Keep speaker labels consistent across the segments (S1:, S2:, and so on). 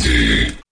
S1: KUPD.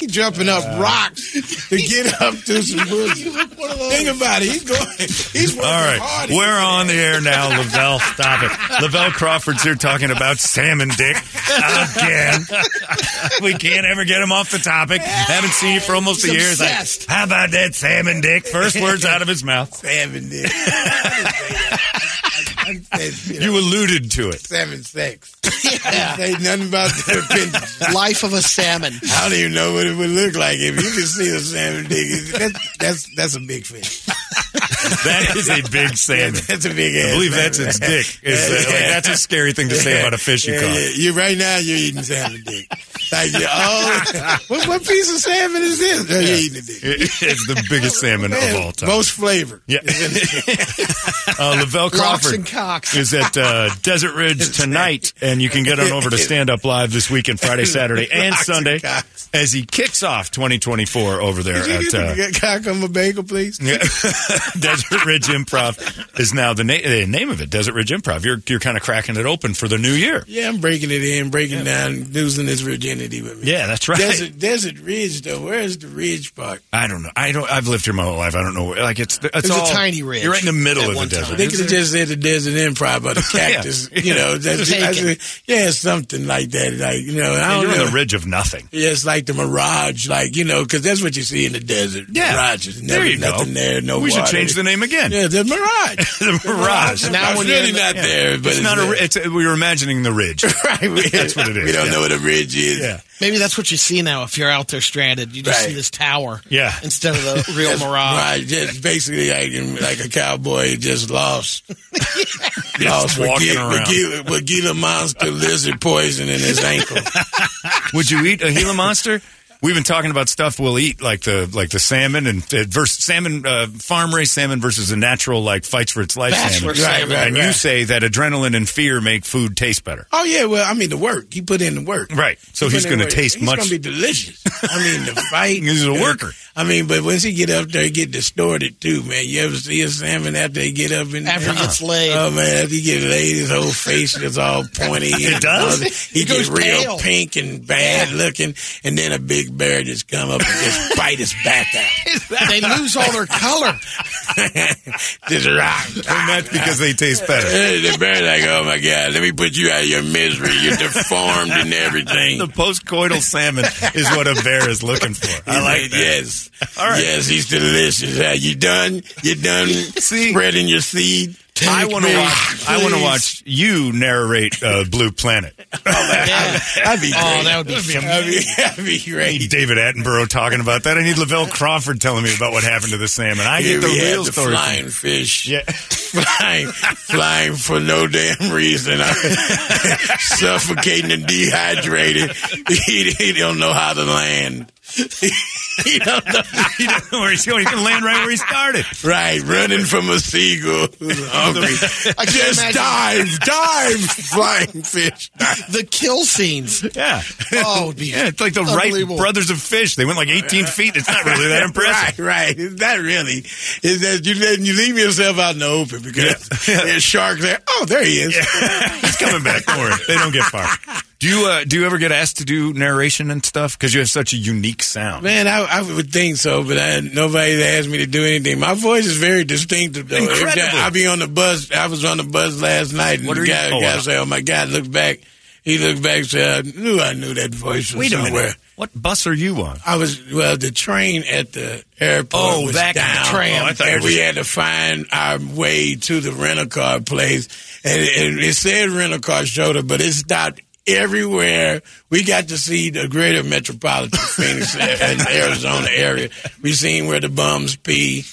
S2: He jumping up rocks to get up to some pussy. Think about it. He's going. He's working
S3: All right,
S2: hard.
S3: we're on the air now. Lavelle, stop it. Lavelle Crawford's here talking about salmon dick again. we can't ever get him off the topic. Haven't seen you for almost a
S2: He's
S3: year. He's like,
S2: obsessed.
S3: How about that salmon dick? First words out of his mouth.
S2: Seven dick. I said, you know,
S3: You alluded to it.
S2: seven sex. I didn't say nothing about the appendage.
S4: Life of a salmon.
S2: I don't even know what it would look like if you could see a salmon dick. That's that's, that's a big fish.
S3: That is a big salmon.
S2: That's a big
S3: I
S2: ass.
S3: believe that's
S2: salmon.
S3: its dick. Is that- like, that's a scary thing to say about a fish you
S2: Yeah, yeah.
S3: caught.
S2: You right now you're eating salmon dick. Like you're all, Oh, what, what piece of salmon is this? No, You're eating a dick.
S3: It's the biggest salmon of all time.
S2: Most flavored.
S3: Yeah. uh, Lavelle
S4: Locks
S3: Crawford
S4: and cocks.
S3: is at uh, Desert Ridge tonight, and you can get on over to Stand Up Live this weekend, Friday, Saturday, and
S2: Locks and
S3: Sunday,
S2: cocks.
S3: as he kicks off 2024 over there
S2: Could you
S3: at uh,
S2: get, cock on my bagel, please?
S3: yeah. Desert Ridge Improv. Is now the, na- the name of it, Desert Ridge Improv. You're you're kind of cracking it open for the new year.
S2: Yeah, I'm breaking it in, breaking down, losing his virginity with me.
S3: Yeah, that's right.
S2: Desert, desert Ridge, though. Where's the ridge part?
S3: I don't know. I don't. I've lived here my whole life. I don't know. where- Like it's it's,
S4: It was a
S3: all-
S4: tiny ridge
S3: You're right in the middle
S4: at
S3: of the
S4: one
S3: desert.
S4: time.
S2: They could have just said the desert improv or the
S3: Yeah.
S2: cactus. You know, that's,
S4: Taken.
S2: that's- yeah, something like that. Like you know, I
S3: And
S2: don't
S3: you're
S2: know.
S3: on the ridge of nothing.
S2: Yeah, it's like the mirage, like you know, because that's what you see in the desert.
S3: Yeah.
S2: mirages.
S3: There
S2: Never,
S3: you go.
S2: nothing there. No.
S3: we should
S2: water.
S3: change the name again.
S2: Yeah, the mirage.
S3: the mirage.
S4: Now
S2: it's
S4: when you're
S2: really
S4: in the-
S2: not
S3: Yeah.
S2: there, but
S3: it's, not a.
S2: there.
S3: ri- It's a, we were imagining the ridge.
S2: right. we-
S3: That's what it is,
S2: We don't
S3: yeah.
S2: know what a ridge is.
S3: Yeah.
S4: Maybe that's what you see now if you're out there stranded. You just
S2: Right.
S4: see this tower
S3: Yeah.
S4: instead of the real
S2: That's
S4: mirage.
S2: Right, just basically like, like a cowboy just lost. lost with
S3: walking
S2: Gila-
S3: around.
S2: With Gila, with Gila monster lizard poison in his ankle.
S3: Would you eat a Gila monster? We've been talking about stuff we'll eat, like the like the salmon and uh, versus salmon uh, farm raised salmon versus a natural like fights for its life
S4: That's
S3: salmon.
S4: where salmon-
S2: Right,
S3: and
S2: right.
S3: you say that adrenaline and fear make food taste better.
S2: Oh yeah, well I mean the work. He put in the work.
S3: Right. So
S2: He
S3: he's
S2: put in
S3: gonna
S2: work.
S3: taste
S2: he's
S3: much-
S2: He's gonna be delicious. I mean the fight.
S3: He's a worker.
S2: I mean, but once he get up there, he get distorted too, man. You ever see a salmon after they get up in
S4: After he gets laid.
S2: Oh man, after he get laid, his whole face is all pointy.
S3: It does?
S2: He,
S4: He
S2: gets
S4: goes
S2: real
S4: pale.
S2: pink and bad looking, and then a big bear just come up and just bite his back out.
S4: They lose all their color.
S2: just rock.
S3: And that's because they taste better.
S2: the bear like, oh my god, let me put you out of your misery. You're deformed and everything.
S3: The postcoital salmon is what a bear is looking for. I like that.
S2: Yes.
S3: All right.
S2: Yes, he's delicious. Are you done? You done
S3: See?
S2: spreading your seed?
S3: I
S2: Take
S3: want to
S2: me,
S3: watch. I want to
S2: please.
S3: watch you narrate uh, Blue Planet.
S4: Yeah.
S2: That'd be great.
S4: Oh, that would be
S2: that'd, be, that'd be
S3: I need
S2: great.
S3: David Attenborough talking about that. I need Lavelle Crawford telling me about what happened to the salmon. I
S2: Here
S3: get the
S2: we have
S3: real
S2: the
S3: story. from-
S2: flying fish.
S3: Yeah.
S2: Flying, flying for no damn reason. Suffocating and dehydrated. He, he don't know how to land. he don't know.
S3: you don't know where he's going. He's going to land right where he started.
S2: Right, running from a seagull. who's Hungry.
S4: I can't
S2: Just
S4: imagine.
S2: dive, dive, flying fish.
S4: The kill scenes.
S3: Yeah.
S4: Oh, it would be
S3: Yeah, it's like the Wright
S4: unbelievable.
S3: brothers of fish. They went like 18 feet. It's not really that impressive.
S2: Right, right. It's not really. It's that you let you leave yourself out in the open because there's sharks there. Oh, there he is.
S3: He's coming back. Don't worry. They don't get far. Do you uh, do you ever get asked to do narration and stuff because you have such a unique sound?
S2: Man, I, I would think so, but I, nobody's asked me to do anything. My voice is very distinctive, though. Every time-
S3: Incredible.
S2: I be on the bus. I was on the bus last night, and
S3: What
S2: the
S3: are you-
S2: guy,
S3: oh,
S2: guy
S3: wow.
S2: said, "Oh my God, look back." He looked back, and said, "I knew I knew that voice from
S3: Wait a
S2: somewhere."
S3: minute. What bus are you on?
S2: I was well. The train at the airport.
S3: Oh,
S2: was
S3: that
S2: down,
S3: tram. Oh, I thought
S2: and
S3: it was-
S2: we had to find our way to the rental car place. And, and it said rental car shoulder, but it stopped everywhere. We got to see the greater metropolitan Phoenix and Arizona area. We seen where the bums pee.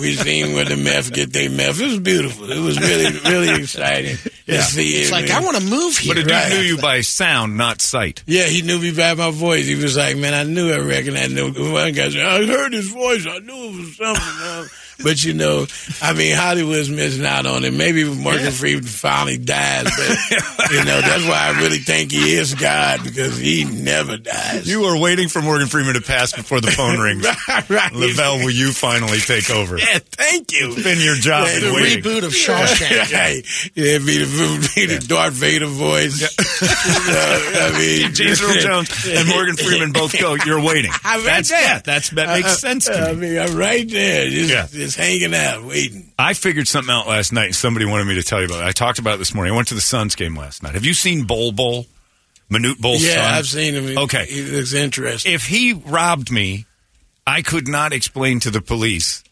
S2: We seen where the meth get their meth. It was beautiful. It was really, really exciting
S3: Yeah.
S2: to see it.
S4: It's like, I want to move here.
S3: But a dude
S2: Right.
S3: knew you by sound, not sight.
S2: Yeah, he knew me by my voice. He was like, "Man, I knew I recognized him." One guy said, "I heard his voice. I knew it was something." else." but you know, I mean, Hollywood's missing out on it. Maybe Morgan Freeman finally dies, but you know, that's why I really think he is God because he never dies.
S3: You are waiting for Morgan Freeman to pass before the phone rings.
S2: right, right.
S3: Lavelle, will you finally take over?
S2: Yeah, thank you.
S3: It's been your job
S2: Yeah,
S3: in
S2: the
S3: waiting.
S4: Reboot of Shawshank.
S2: Right. Yeah, be the, be the Darth Vader voice. Uh, I mean,
S3: James Earl Jones and Morgan Freeman both go. You're waiting.
S2: I'm right
S3: that's
S2: there.
S3: yeah, that's that makes
S2: I- I-
S3: sense to
S2: Uh, I
S3: me.
S2: mean, I'm right there, just,
S3: Yeah.
S2: just hanging out, waiting.
S3: I figured something out last night, and somebody wanted me to tell you about it. I talked about it this morning. I went to the Suns game last night. Have you seen Bol Bol, Manute Bol's
S2: yeah,
S3: son?
S2: I've seen him. He-
S3: Okay.
S2: he looks interesting.
S3: if he robbed me, I could not explain to the police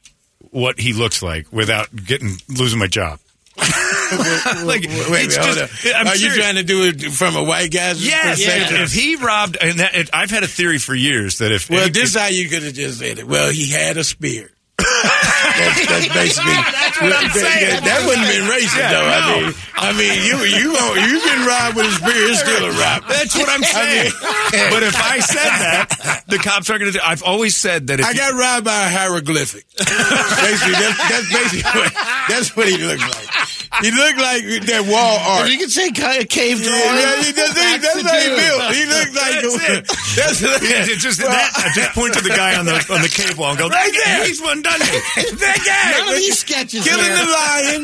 S3: what he looks like without getting losing my job. like,
S2: Wait,
S3: it's
S2: wait, hold
S3: just-
S2: on.
S3: I'm
S2: Are
S3: serious.
S2: you trying to do it from a white guy's
S3: Yes,
S2: perspective?
S3: if he robbed, and that, it, I've had a theory for years that if
S2: Well,
S3: any-
S2: this is how you could have just said it. Well, he had a spear. that's, that's basically.
S3: That's what I'm saying.
S2: That wouldn't have been racist,
S3: Yeah,
S2: though.
S3: no.
S2: I mean, I mean, you you won't, you can rob with a spear. It's still a rob.
S3: that's what I'm saying. but if I said that, the cops are going to. I've always said that. If
S2: I got robbed by a hieroglyphic. basically, that's, that's basically what, that's what he looked like. He looked like that wall art.
S4: If you could say kind of cave
S2: Yeah, yeah,
S4: drawing.
S2: he- that's, he-
S4: that's
S2: that's
S4: the
S2: how he
S4: dude.
S2: built. He looked like
S3: That's it.
S2: That's
S3: Yeah, ju- just that. I just point to the guy on the on the cave wall and go, "Right there, he's one done it."
S2: that guy.
S4: None of these sketches.
S2: killing
S4: man.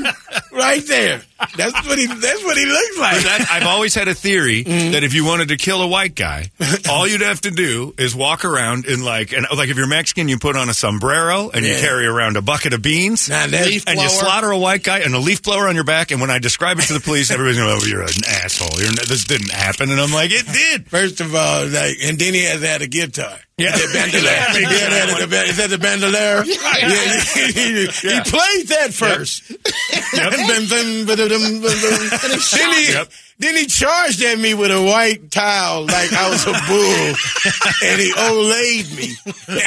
S2: the lion right there. That's what he. That's what he looks
S3: But
S2: like.
S3: that, I've always had a theory that if you wanted to kill a white guy, all you'd have to do is walk around in like, and like if you're Mexican, you put on a sombrero and you
S2: Yeah.
S3: carry around a bucket of beans.
S2: Now that's
S4: Leaf
S3: and you
S4: blower.
S3: slaughter a white guy and a leaf blower on your back. And when I describe it to the police, everybody's going, "Oh, you're an asshole. You're, n- this didn't happen." And I'm like, "It did."
S2: first of all, like, and then he has had a guitar.
S3: Yeah.
S2: the
S3: Yeah,
S2: bandolera.
S3: big
S2: Yeah,
S3: guitar.
S2: that is the ba- is that the bandolera? Yeah, he- he, he
S3: Yeah.
S2: played that first.
S3: Yep.
S2: Bum, bum, ba-dum, bum, bum. then he
S3: Yep.
S2: then he charged at me with a white towel like I was a bull, and he olayed me.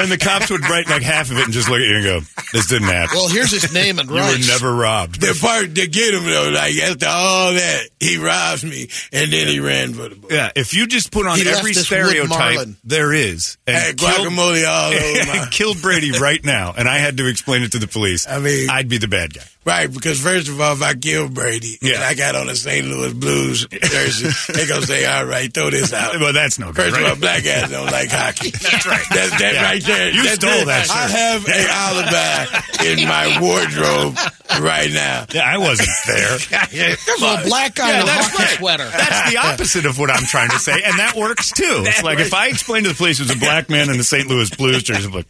S3: and the cops would write like half of it and just look at you and go, "This didn't happen.
S4: Well, here's his name and
S3: you
S4: rights.
S3: were never robbed."
S2: The part to get him though, like after all that, he robbed me, and then he ran for the ball.
S3: Yeah, if you just put on
S4: He left
S3: every
S4: this wood
S3: stereotype
S4: marlin. uh,
S3: there is and
S2: I had
S3: killed-
S2: guacamole all over my.
S3: killed Brady right now, and I had to explain it to the police,
S2: I mean-
S3: I'd be the bad guy.
S2: Right, because first of all, if I kill Brady
S3: Yeah.
S2: and I got on a St. Louis Blues jersey, they gonna say, "All right, throw this out."
S3: Well, that's no good.
S2: First of all,
S3: Right?
S2: black guys don't like hockey. That's right. That's that right there.
S3: You
S2: That's
S3: stole
S2: it.
S3: that shirt.
S2: I have a alibi in my wardrobe right now.
S3: Yeah, I wasn't there.
S4: Come on, black guy
S3: Yeah,
S4: in a
S3: that's
S4: hockey
S3: right.
S4: sweater.
S3: That's the opposite of what I'm trying to say, and that works too. it's like if I explained to the police it was a black man in the St. Louis Blues jersey, I'm like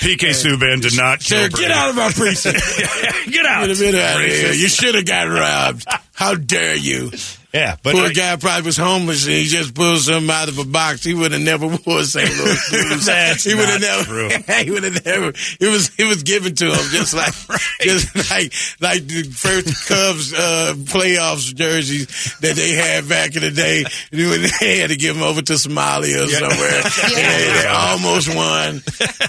S3: PK Subban did not kill
S2: Sir,
S3: Brady.
S2: get out of my precinct.
S3: get out.
S2: Get him out of here. You should have got robbed. How dare you?
S3: Yeah, but
S2: Poor
S3: I-
S2: guy probably was homeless and he just pulled something out of a box. He would have never wore St. Louis blues.
S3: That's
S2: he would
S3: not
S2: have never.
S3: true.
S2: He would have never. It was it was given to him just like just like like the first Cubs uh, playoffs jerseys that they had back in the day. When they had to give them over to Somalia or somewhere. And they, they almost won.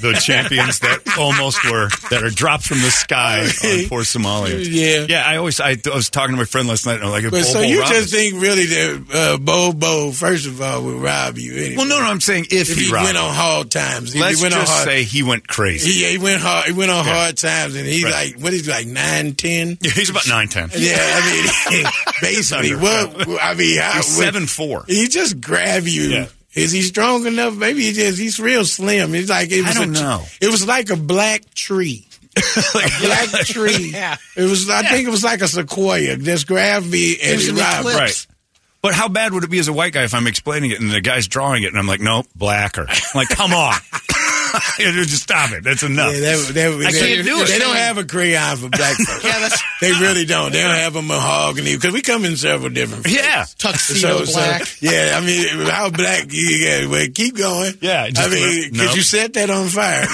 S3: the champions that almost were that are dropped from the sky on poor Somalia.
S2: Yeah.
S3: yeah. I always I, I was talking to my friend last night, and I'm like,
S2: But so
S3: Bobo
S2: you
S3: Robinson.
S2: just think really that uh, Bobo first of all would rob you anyway.
S3: Well, no, no, I'm saying if,
S2: If he,
S3: robbed.
S2: went on hard times, if
S3: Let's
S2: he went on
S3: just
S2: hard,
S3: say he went crazy.
S2: He, yeah, he went hard. He went on
S3: Yeah.
S2: hard times, and he
S3: Right.
S2: like what is he, like nine ten.
S3: he's about nine ten.
S2: Yeah, I mean, basically, what I mean, how,
S3: He's
S2: what-
S3: seven four.
S2: He just grab you.
S3: Yeah.
S2: Is he strong enough? Maybe he just he's real slim. He's like it
S3: I
S2: was
S3: don't
S2: a,
S3: know.
S2: It was like a black tree. a black tree. It was. I think it was like a sequoia. Just grabbed me and
S4: was
S2: he
S4: an
S2: robbed. me.
S4: eclipse.
S3: Right. But how bad would it be as a white guy if I'm explaining it and the guy's drawing it and I'm like, nope, blacker. I'm like, come on. Just stop it. That's enough.
S2: Yeah, that, that,
S3: I
S2: they,
S3: can't do it.
S2: They don't have a crayon for black folks.
S4: Yeah, that's-
S2: they really don't. They don't have a mahogany because we come in several different.
S3: Yeah.
S4: Tuxedo black.
S2: yeah, I mean, how black you get? Well, keep going.
S3: Yeah,
S2: I
S3: just-
S2: mean,
S3: no.
S2: could you set that on fire?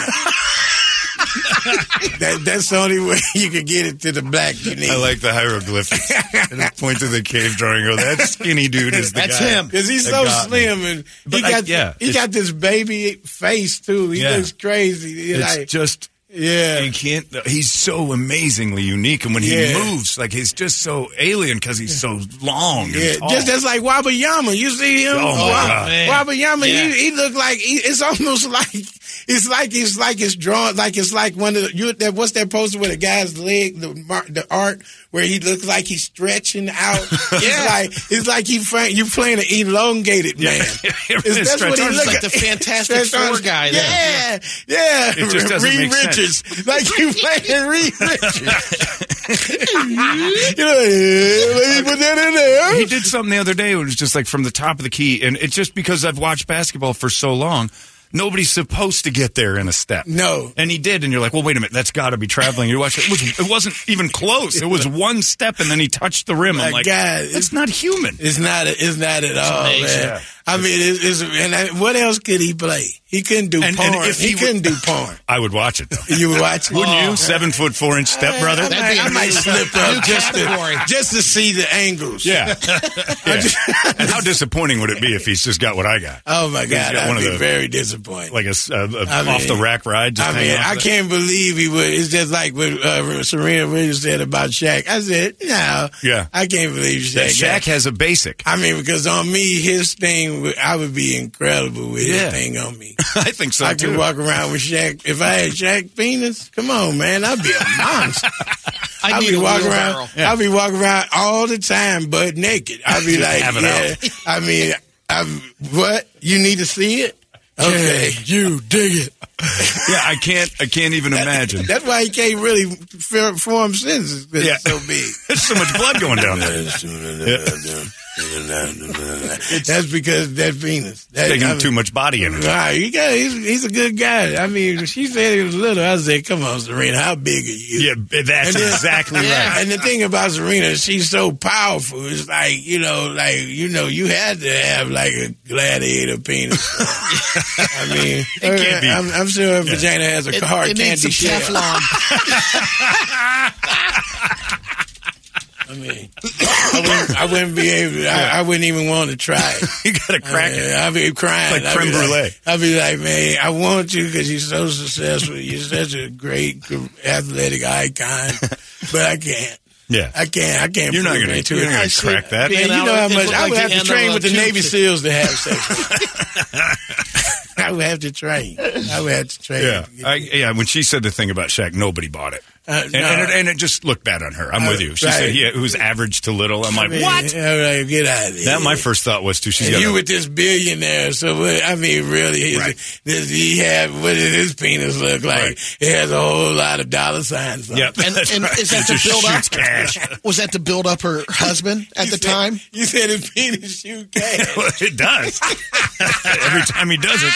S2: that, that's the only way you can get it to the black you need.
S3: I like the hieroglyphics. I just point to the cave drawing. Go, that skinny dude is the
S4: That's
S3: guy."
S4: him.
S2: Cause he's
S3: That
S2: so
S3: got me.
S2: slim and he
S3: But I-
S2: got
S3: yeah,
S2: he
S3: it's-
S2: got this baby face too. He
S3: Yeah.
S2: looks crazy. He
S3: It's
S2: like-
S3: just
S2: yeah,
S3: you can't. He's so amazingly unique, and when he
S2: Yeah.
S3: moves, like he's just so alien because he's so long. And
S2: yeah.
S3: tall.
S2: Just that's like Wabayama. You see him?
S3: Oh, my God.
S4: man.
S2: Wabayama.
S4: Yeah.
S2: He, he looked like he, it's almost like it's like it's like it's drawn like it's like one of the, you that what's that poster with a guy's leg the mar- the art where he looks like he's stretching out. it's like it's like he fa- you playing an elongated man. It's- that's what he
S3: Stretch.
S2: look
S4: like
S2: at.
S4: the Fantastic
S2: That's what I'm-
S4: Four guy there.
S2: Yeah, yeah.
S3: It just doesn't
S2: Reed
S3: make sense.
S2: Richards. Like you playing Reed Richards. you know, yeah, let me put that in there.
S3: He did something the other day. It was just like from the top of the key, and it's just because I've watched basketball for so long. Nobody's supposed to get there in a step.
S2: No.
S3: and he did, and you're like, "Well, wait a minute, that's got to be traveling." You watch it; it, was, it wasn't even close. It was one step, and then he touched the rim. I'm
S2: My
S3: like,
S2: God,
S3: it's not human."
S2: It's not. It's not at all,
S4: amazing.
S2: man. I mean, it's, it's and I, what else could he play? He couldn't do
S3: And- and
S2: porn.
S3: if
S2: he,
S3: he
S2: couldn't do porn.
S3: I would watch it though.
S2: You were watching.
S3: Wouldn't you? Seven foot four inch step brother.
S2: Oh. I might,
S4: be
S2: I
S4: a
S2: might
S4: new-
S2: slip
S4: new
S2: up just
S4: category.
S2: to, just to see the angles.
S3: Yeah. Yeah. and how disappointing would it be if he's just got what I got?
S2: Oh my God,
S3: got one
S2: I'd
S3: of
S2: be
S3: the-
S2: very disappointed.
S3: Like a, s- a- a
S2: I mean-
S3: off the rack ride. Just
S2: I
S3: hanging
S2: mean,
S3: off
S2: I
S3: the-
S2: can't believe he would. It's just like what uh, Serena Williams said about Shaq. I said, no.
S3: Yeah.
S2: I can't believe Shaq.
S3: That Shaq
S2: got-
S3: has a basic.
S2: I mean, because on me, his thing, would- I would be incredible with
S3: Yeah.
S2: his thing on me.
S3: I think so
S2: I
S3: too.
S2: could walk around with Shaq. If I had Shaq penis, come on, man, I'd be a monster.
S4: I
S2: I'd
S4: need
S2: be
S4: a
S2: walking
S4: wheelbarrow.
S2: around. I'd be walking around all the time, butt naked. I'd be like,
S3: Have it
S2: yeah. I mean, i what? You need to see it? Okay, you dig it.
S3: Yeah, I can't. I can't even imagine.
S2: That's why he can't really f- form sentences. 'cause
S3: Yeah.
S2: It's so big.
S3: There's so much blood going down there.
S2: that's because that Venus. That,
S3: Taking
S2: I mean,
S3: too much body in it.
S2: Right, he got, he's, he's a good guy. I mean, she said he was little. I said, come on, Serena, how big are you?
S3: Yeah, that's
S2: And then-
S3: exactly
S4: Yeah.
S3: right.
S2: And the thing about Serena, she's so powerful. It's like you know, like you know, you had to have like a gladiator penis. I mean,
S3: can't be.
S2: I'm, I'm sure her vagina has a
S4: It,
S2: hard
S4: it needs
S2: candy
S4: some
S2: shell.
S4: Teflon.
S2: I mean, I wouldn't, I wouldn't be able. to- I, I wouldn't even want to try it.
S3: You got to crack
S2: I
S3: it.
S2: I'd be crying.
S3: Like
S2: I'd
S3: creme
S2: be
S3: brulee.
S2: I'd be like, man, I want you because you're so successful. You're such a great athletic icon, but I can't.
S3: Yeah.
S2: I can't. I can't.
S3: You're not
S2: prove
S3: gonna-
S2: it to
S3: you're
S2: it.
S3: not gonna
S2: I see-
S3: crack that.
S2: Man,
S4: Being
S2: you know
S4: out-
S2: how
S4: it
S2: much
S4: looked
S2: I
S4: like
S2: would
S4: the
S2: have to
S4: handle
S2: train
S4: of
S2: with the
S4: a tube
S2: Navy
S4: stick.
S2: SEALs to have sex. I would have to train. I would have to train.
S3: Yeah, I, yeah. When she said the thing about Shaq, nobody bought it,
S2: Uh,
S3: and,
S2: no. Uh,
S3: and, it, and it just looked bad on her. I'm with you. She
S2: Right.
S3: said, "Yeah, it was average to little." I'm like, "What?"
S2: All right, get out of here.
S3: That my first thought was too. She's
S2: And
S3: got
S2: you
S3: a-
S2: with this billionaire, so what, I mean, really, is
S3: Right.
S2: this, he had what does his penis look like?
S3: Right.
S2: It has a whole lot of dollar signs. On
S3: yeah.
S2: it.
S4: And, and is that
S3: It
S4: to
S3: just
S4: build up?
S3: shoots cash.
S4: Was that to build up her husband at
S2: You
S4: the
S2: said-
S4: time?
S2: you said his penis shoot cash.
S3: Well, it does. Every time he does it,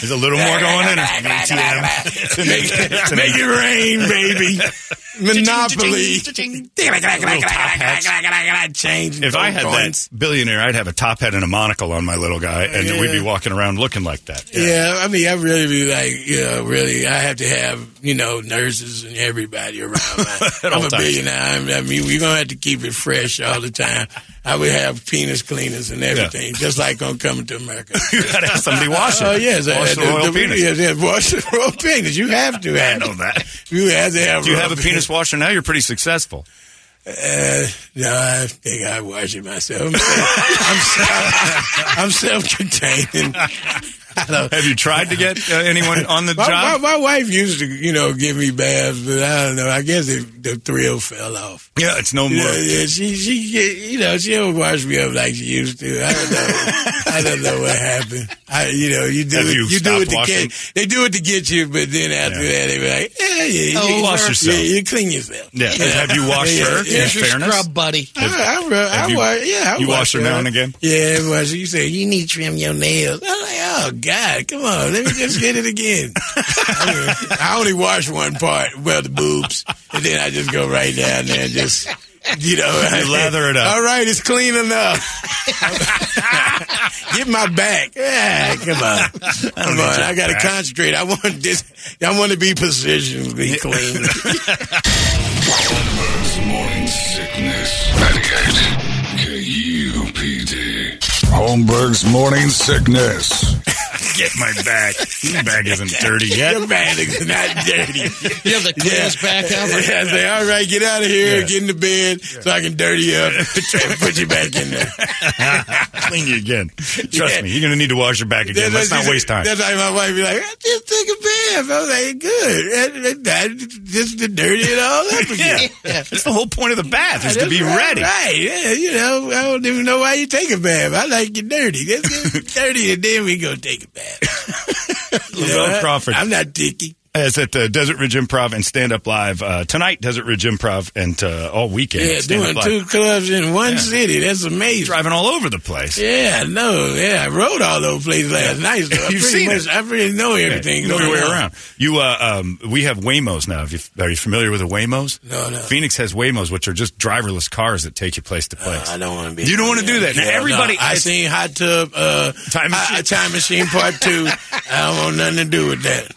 S3: there's a little more going in. it.
S2: make, it- make it rain, baby. Monopoly. Change.
S3: If I had that billionaire, I'd have a top hat and a monocle on my little guy, and we'd be walking around looking like that.
S2: Yeah, I mean, I really be like, you know, really, I have to have, you know, nurses and everybody around. I,
S3: At all
S2: I'm a
S3: times.
S2: billionaire. I'm, I mean, we're going to have to keep it fresh all the time. I would have penis cleaners and everything, just like on Coming to America.
S3: You gotta have somebody wash it.
S2: Oh, yes. uh,
S3: wash the royal penis.
S2: Yes, yes, wash the royal penis. You have to
S3: I
S2: have
S3: know
S2: it.
S3: that.
S2: You have to have
S3: Do you
S2: royal
S3: have a penis washer now? You're pretty successful.
S2: Uh, no, I think I wash it myself. I'm, self- I'm self-contained. I don't,
S3: Have you tried to get uh, anyone on the
S2: my, my,
S3: job?
S2: my wife used to, you know, give me baths, but I don't know. I guess it, the thrill fell off.
S3: Yeah, it's no more.
S2: Yeah, yeah, she, she, you know, she don't wash me up like she used to. I don't know. I don't know what happened. I, you know, you do
S3: Have
S2: it,
S3: you
S2: you, do
S3: stopped
S2: it to
S3: washing?
S2: get, they do it to get you, but then after
S3: Yeah.
S2: that, they be like, yeah, yeah,
S3: Oh, you wash
S2: yeah,
S3: yourself.
S2: you clean yourself.
S3: Yeah. Have you washed
S2: Yeah,
S3: her?
S2: yeah.
S3: In
S4: Here's your
S3: fairness,
S4: scrub buddy.
S2: I, I, re- I
S3: you-
S2: wash, yeah, I
S3: you wash her now and again?
S2: Yeah, I wash. her. You say you need to trim your nails. I'm like, oh God, come on, let me just get it again. I, mean, I only wash one part, well, the boobs, and then I just go right down there and just You know, right?
S3: lather it up.
S2: All right, it's clean enough. Get my back. Yeah, come on.
S3: don't
S2: Come
S3: need
S2: on.
S3: your
S2: I got to
S3: back.
S2: concentrate. I want this. I want to be positionally clean.
S1: Holmberg's morning sickness. 98 KUPD. Holmberg's morning sickness.
S3: Get my bag. My bag isn't dirty yet.
S2: Your bag is not dirty.
S4: You have the cleanest back out.
S2: Yeah, I say, all right, get out of here,
S3: Yeah.
S2: get in the bed, so I can dirty you up, and put you back in there.
S3: Clean you again. Trust
S2: Yeah.
S3: me, you're going to need to wash your back again. Let's not waste time.
S2: That's why my wife be like, I just take a bath. I was like, good. That- that- that- Just to dirty it all up
S3: Yeah.
S2: again.
S3: That's the whole point of the bath is to
S2: That's
S3: be
S2: right,
S3: ready.
S2: Right. Yeah, you know, I don't even know why you take a bath. I like you dirty. Let's get dirty and then we go take a bath. You
S3: Lavelle Crawford.
S2: I'm not dicky.
S3: It's at the Desert Ridge Improv and Stand Up Live uh, tonight. Desert Ridge Improv and uh, all weekend.
S2: Yeah,
S3: Stand Up
S2: doing
S3: Live.
S2: two clubs in one city. That's amazing.
S3: driving all over the place.
S2: Yeah, no, yeah, I rode all over the place last night. So I
S3: You've
S2: pretty
S3: seen
S2: much,
S3: it.
S2: I pretty know everything.
S3: You know your
S2: going
S3: way
S2: on.
S3: around. You, uh, um, we have Waymos now. If you, are you familiar with the Waymos?
S2: No, no.
S3: Phoenix has Waymos, which are just driverless cars that take you place to place.
S2: Uh, I don't want to be.
S3: You don't wanna do that. Now,
S2: Yeah,
S3: everybody-
S2: no, I
S3: it's-
S2: seen Hot Tub, uh,
S3: Time
S2: Hot-
S3: Machine.
S2: Time Machine Part Two. I don't want nothing to do with that.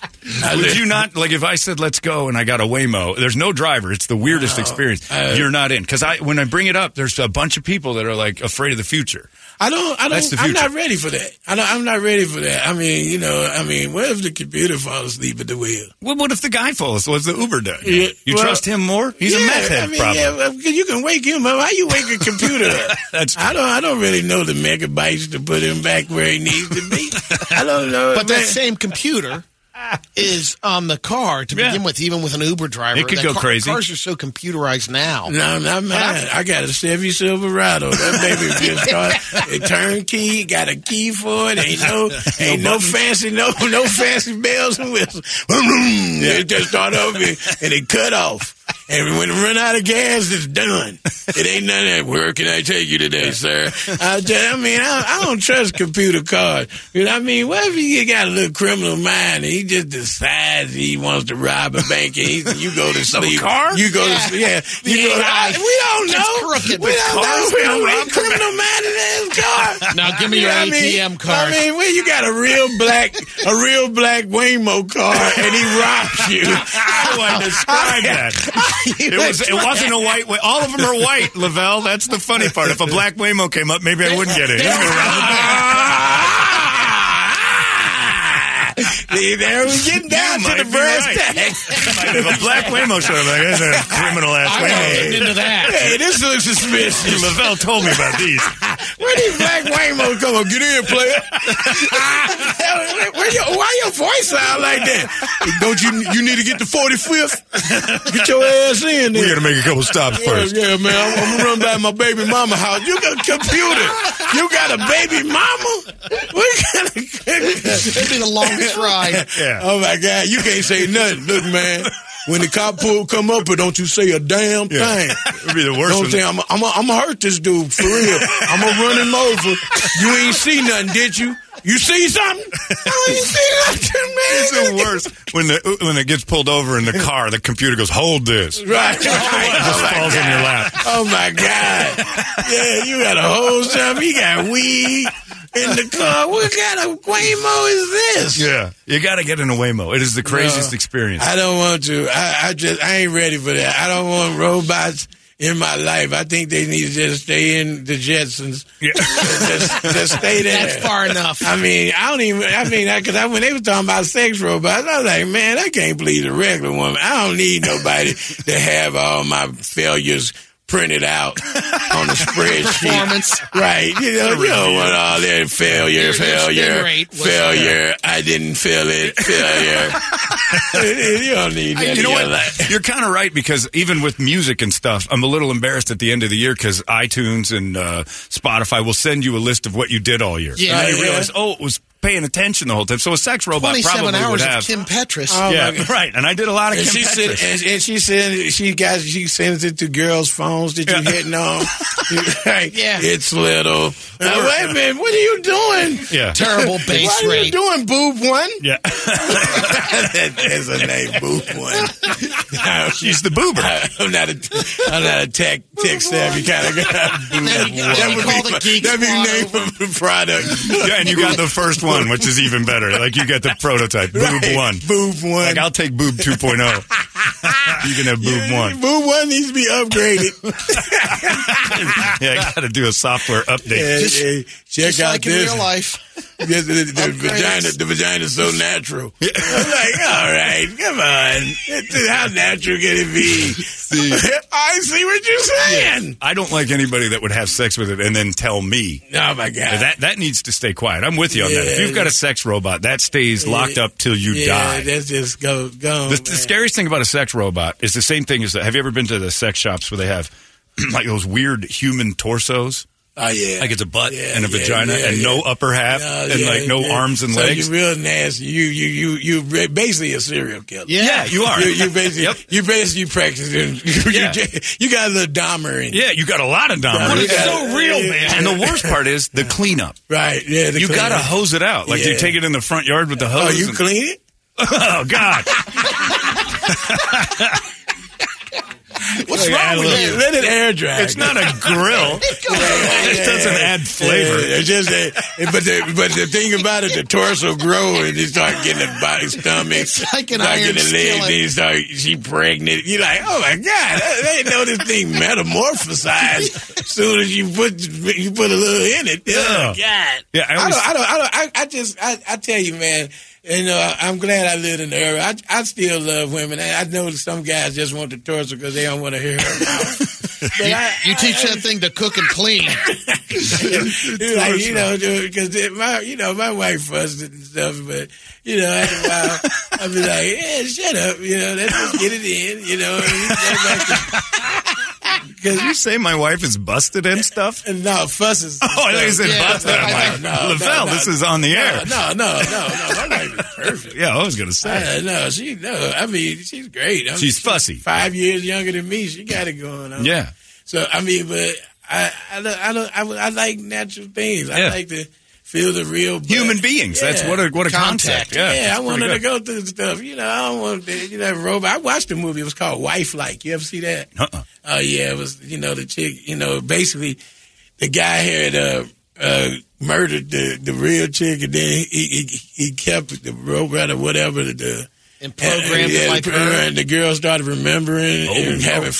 S2: I
S3: Would
S2: li-
S3: you not like if I said let's go and I got a Waymo? There's no driver. It's the weirdest experience. You're not in because I when I bring it up, there's a bunch of people that are like afraid of the future.
S2: I don't. I don't.
S3: That's the
S2: I'm not
S3: future.
S2: ready for that. I don't, I'm not ready for that. I mean, you know. I mean, what if the computer falls asleep at the wheel?
S3: What, what if the guy falls? What's the Uber done?
S2: Yeah,
S3: you
S2: well-
S3: trust him more? He's a
S2: Yeah,
S3: meth head,
S2: I mean,
S3: probably.
S2: yeah, well, 'cause you can wake him up. How you wake a computer up?
S3: That's
S2: I don't. I don't really know the megabytes to put him back where he needs to be. I don't know.
S4: But that
S2: Man.
S4: same computer is on the car to
S3: Yeah.
S4: begin with, even with an Uber driver.
S3: It could
S4: That
S3: go
S4: car-
S3: crazy.
S4: Cars are so computerized now.
S2: No, not mine. I got a Chevy Silverado. That baby just got a turnkey. Got a key for it. Ain't no, ain't no fancy, no, no fancy bells and whistles. Vroom, vroom. It just start over and it cut off. And when it run out of gas, it's done. It ain't none of that. Where can I take you today, sir? I, just, I mean, I, I don't trust computer cars. You know, what I mean, what if you got a little criminal mind and he just decides he wants to rob a bank and he, you go to sleep?
S3: car?
S2: You go to sleep. Yeah, you go,
S4: AI.
S2: I, we don't
S4: It's
S2: know.
S4: crooked.
S2: We
S4: The
S2: don't know.
S4: car's
S2: We
S4: been
S2: don't
S4: robbed.
S2: we criminal minded ass car.
S4: Now give me your
S2: what I mean?
S4: ATM card.
S2: I mean, well, you got a real black, a real black Waymo car, and he robs you.
S3: How do I describe that? It, was, it wasn't a white way. All of them are white, Lavelle. That's the funny part. If a black Waymo came up, maybe I wouldn't get it. He's gonna rob the bank.
S2: See, there we get down
S3: You
S2: to
S3: might
S2: the
S3: be
S2: brass
S3: right.
S2: tacks.
S3: If a black Waymo showed up, like, that's a criminal ass
S4: wasn't
S3: Waymo.
S4: into that.
S2: Hey, this looks suspicious.
S3: Lavelle told me about these.
S2: Where these black Waymos come on? Get in, player. Where- where your- why your voice sound like that? Don't you you need to get to 45th? Get your ass in
S3: We
S2: there.
S3: got to make a couple stops first.
S2: Yeah, yeah, man. I'm, I'm gonna run by my baby mama house. You got a computer. You got a baby mama? What kind of
S4: It'd be the longest ride.
S3: Yeah.
S2: Oh my God, you can't say nothing. Look, man. When the cop pull come up, but don't you say a damn
S3: Yeah.
S2: thing.
S3: It'd be the worst
S2: Don't
S3: one.
S2: think I'm I'm I'm gonna hurt this dude for real. I'm gonna run him over. You ain't see nothing, did you? You see something? I ain't see nothing, man.
S3: It's the worst when the when it gets pulled over in the car. The computer goes, "Hold this." It
S2: Right, right.
S3: just
S2: Oh, my
S3: falls in
S2: God.
S3: your lap.
S2: Oh my God. Yeah, you got a whole time. You got weed in the car. What kind of Quamo is this?
S3: Yeah, you got to get in a Waymo. It is the craziest experience.
S2: I don't want to. I, I just I ain't ready for that. I don't want robots in my life. I think they need to just stay in the Jetsons. just, just stay there.
S4: That's far enough.
S2: I mean, I don't even. I mean, because I, when they were talking about sex robots, I was like, man, I can't believe a regular woman. I don't need nobody to have all my failures printed out on a spreadsheet.
S4: Performance.
S2: right? You know, you don't want all that failure,
S4: Your- your spin
S2: failure,
S4: rate was-
S2: failure. I didn't feel it. Failure. you don't need that.
S3: you know
S2: in your
S3: what?
S2: life.
S3: You're kind of right because even with music and stuff, I'm a little embarrassed at the end of the year because iTunes and uh, Spotify will send you a list of what you did all year.
S4: Yeah.
S3: and then you
S2: Yeah.
S3: realize, oh, it was paying attention the whole time. So a sex robot
S4: Twenty-seven
S3: probably would
S4: hours
S3: have.
S4: of Kim Petras.
S3: yeah,
S2: my God.
S3: right. And I did a lot of
S2: And
S3: Kim
S2: she said,
S3: Petras.
S2: and, and she said she got she sends it to girls' phones that you
S3: Yeah.
S2: hitting on. Like,
S4: Yeah.
S2: it's little. Now, wait a minute, what are you doing?
S3: yeah.
S4: Terrible base
S2: What are you
S4: rate.
S2: doing, boob one?
S3: Yeah.
S2: There's a name, boob one.
S3: She's the boober.
S2: I'm not a I'm not a tech tech savvy kind of guy.
S4: Now you- now you call the
S2: be
S4: geek
S2: that'd be
S4: squad
S2: name of the product.
S3: Yeah, and you got the first one, which is even better. Like you got the prototype, boob
S2: Right.
S3: one.
S2: Boob one.
S3: Like I'll take boob 2.0. you can have boob one.
S2: Boob one needs to be upgraded.
S3: Yeah, I got to do a software update.
S4: Just-
S2: Yeah, yeah. check
S4: Just
S2: out
S4: like in
S2: this.
S4: real life.
S2: Yes, the, the
S4: Upgrades.
S2: vagina, the vagina's so natural. I'm like, all right, come on. It's- How natural can it be? I see what you're saying.
S3: I don't like anybody that would have sex with it and then tell me.
S2: Oh my god,
S3: That that needs to stay quiet. I'm with you on that. If you've got a sex robot, that stays locked up till you
S2: yeah,
S3: die.
S2: That's just go go.
S3: The, the scariest thing about a sex robot is the same thing as that. Have you ever been to the sex shops where they have like those weird human torsos?
S2: oh yeah,
S3: Like it's a butt
S2: Yeah,
S3: and a
S2: yeah,
S3: vagina
S2: yeah,
S3: and
S2: yeah.
S3: no upper half
S2: No,
S3: and
S2: yeah,
S3: like no
S2: yeah.
S3: arms and
S2: so
S3: legs.
S2: You're real nasty. You you you you re- basically a serial killer.
S3: yeah, you are.
S2: You, you basically,
S3: Yep.
S2: you basically practicing. You,
S3: Yeah.
S2: you, you got a little Dahmer in you.
S3: Yeah, you got a lot of dominance.
S2: But it's so real, man.
S3: And the worst part is the cleanup.
S2: Right. Yeah. the
S3: You got to
S2: cleaner.
S3: hose it out. Like you
S2: Yeah.
S3: take it in the front yard with the hose.
S2: Oh, you
S3: and-
S2: clean it?
S3: oh God.
S4: What's
S3: Yeah, I
S4: wrong
S3: love
S4: with you?
S2: Let it air dry.
S3: It's not a grill. It doesn't add flavor.
S2: Yeah, it's just that, but the but the thing about it, the torso grow and you start getting the body stomach.
S4: It's like an
S2: start
S4: iron
S2: getting the legs,
S4: skillet.
S2: then you start she pregnant. You're like, oh my god, they didn't know this thing metamorphosized. Soon as you put you put a little in it, oh, god.
S3: Yeah, I
S2: I
S3: always-
S2: don't, I don't, I don't, I, I just, I, I tell you, man, you know, I'm glad I lived in the era. I, I still love women. I, I know some guys just want the torso because they don't want to hear her mouth. But I-
S4: You
S2: I-
S4: teach that thing to cook and clean.
S2: like, you know, because my, you know, my wife fussed and stuff, but you know, after a while, I'd be like, yeah, shut up, you know, let's just get it in, you know.
S3: Did you say my wife is busted and stuff?
S2: And no, fusses.
S3: Oh, I thought you said
S4: Yeah,
S3: busted.
S4: I
S3: I'm like,
S2: thought- no,
S3: Lavelle,
S2: no, no.
S3: this is on the air.
S2: No, no, no, no, no. My wife is perfect.
S3: Yeah, I was gonna say.
S2: Uh, no, she no. I mean, she's great. I mean,
S3: She's fussy.
S2: Five years younger than me, she got it going on.
S3: Yeah.
S2: So I mean, but I I don't, I, don't, I, would- I like natural things. I
S3: Yeah.
S2: like to feel the real butt.
S3: Human beings. That's
S2: Yeah.
S3: what a what a concept.
S4: Contact.
S3: Yeah,
S2: Yeah, I
S3: it's
S2: wanted
S3: pretty
S2: to
S3: good.
S2: go through stuff. You know, I don't want that. You know, robot. I watched the movie. It was called Wife Like. You ever see that?
S3: Uh-uh.
S2: Oh yeah, it was. You know, the chick. You know, basically, the guy had uh, uh, murdered the the real chick, and then he he, he kept the robot or whatever the.
S4: And programmed
S2: yeah,
S4: it like
S2: the,
S4: her.
S2: and the girl started remembering
S3: Oh,
S2: and having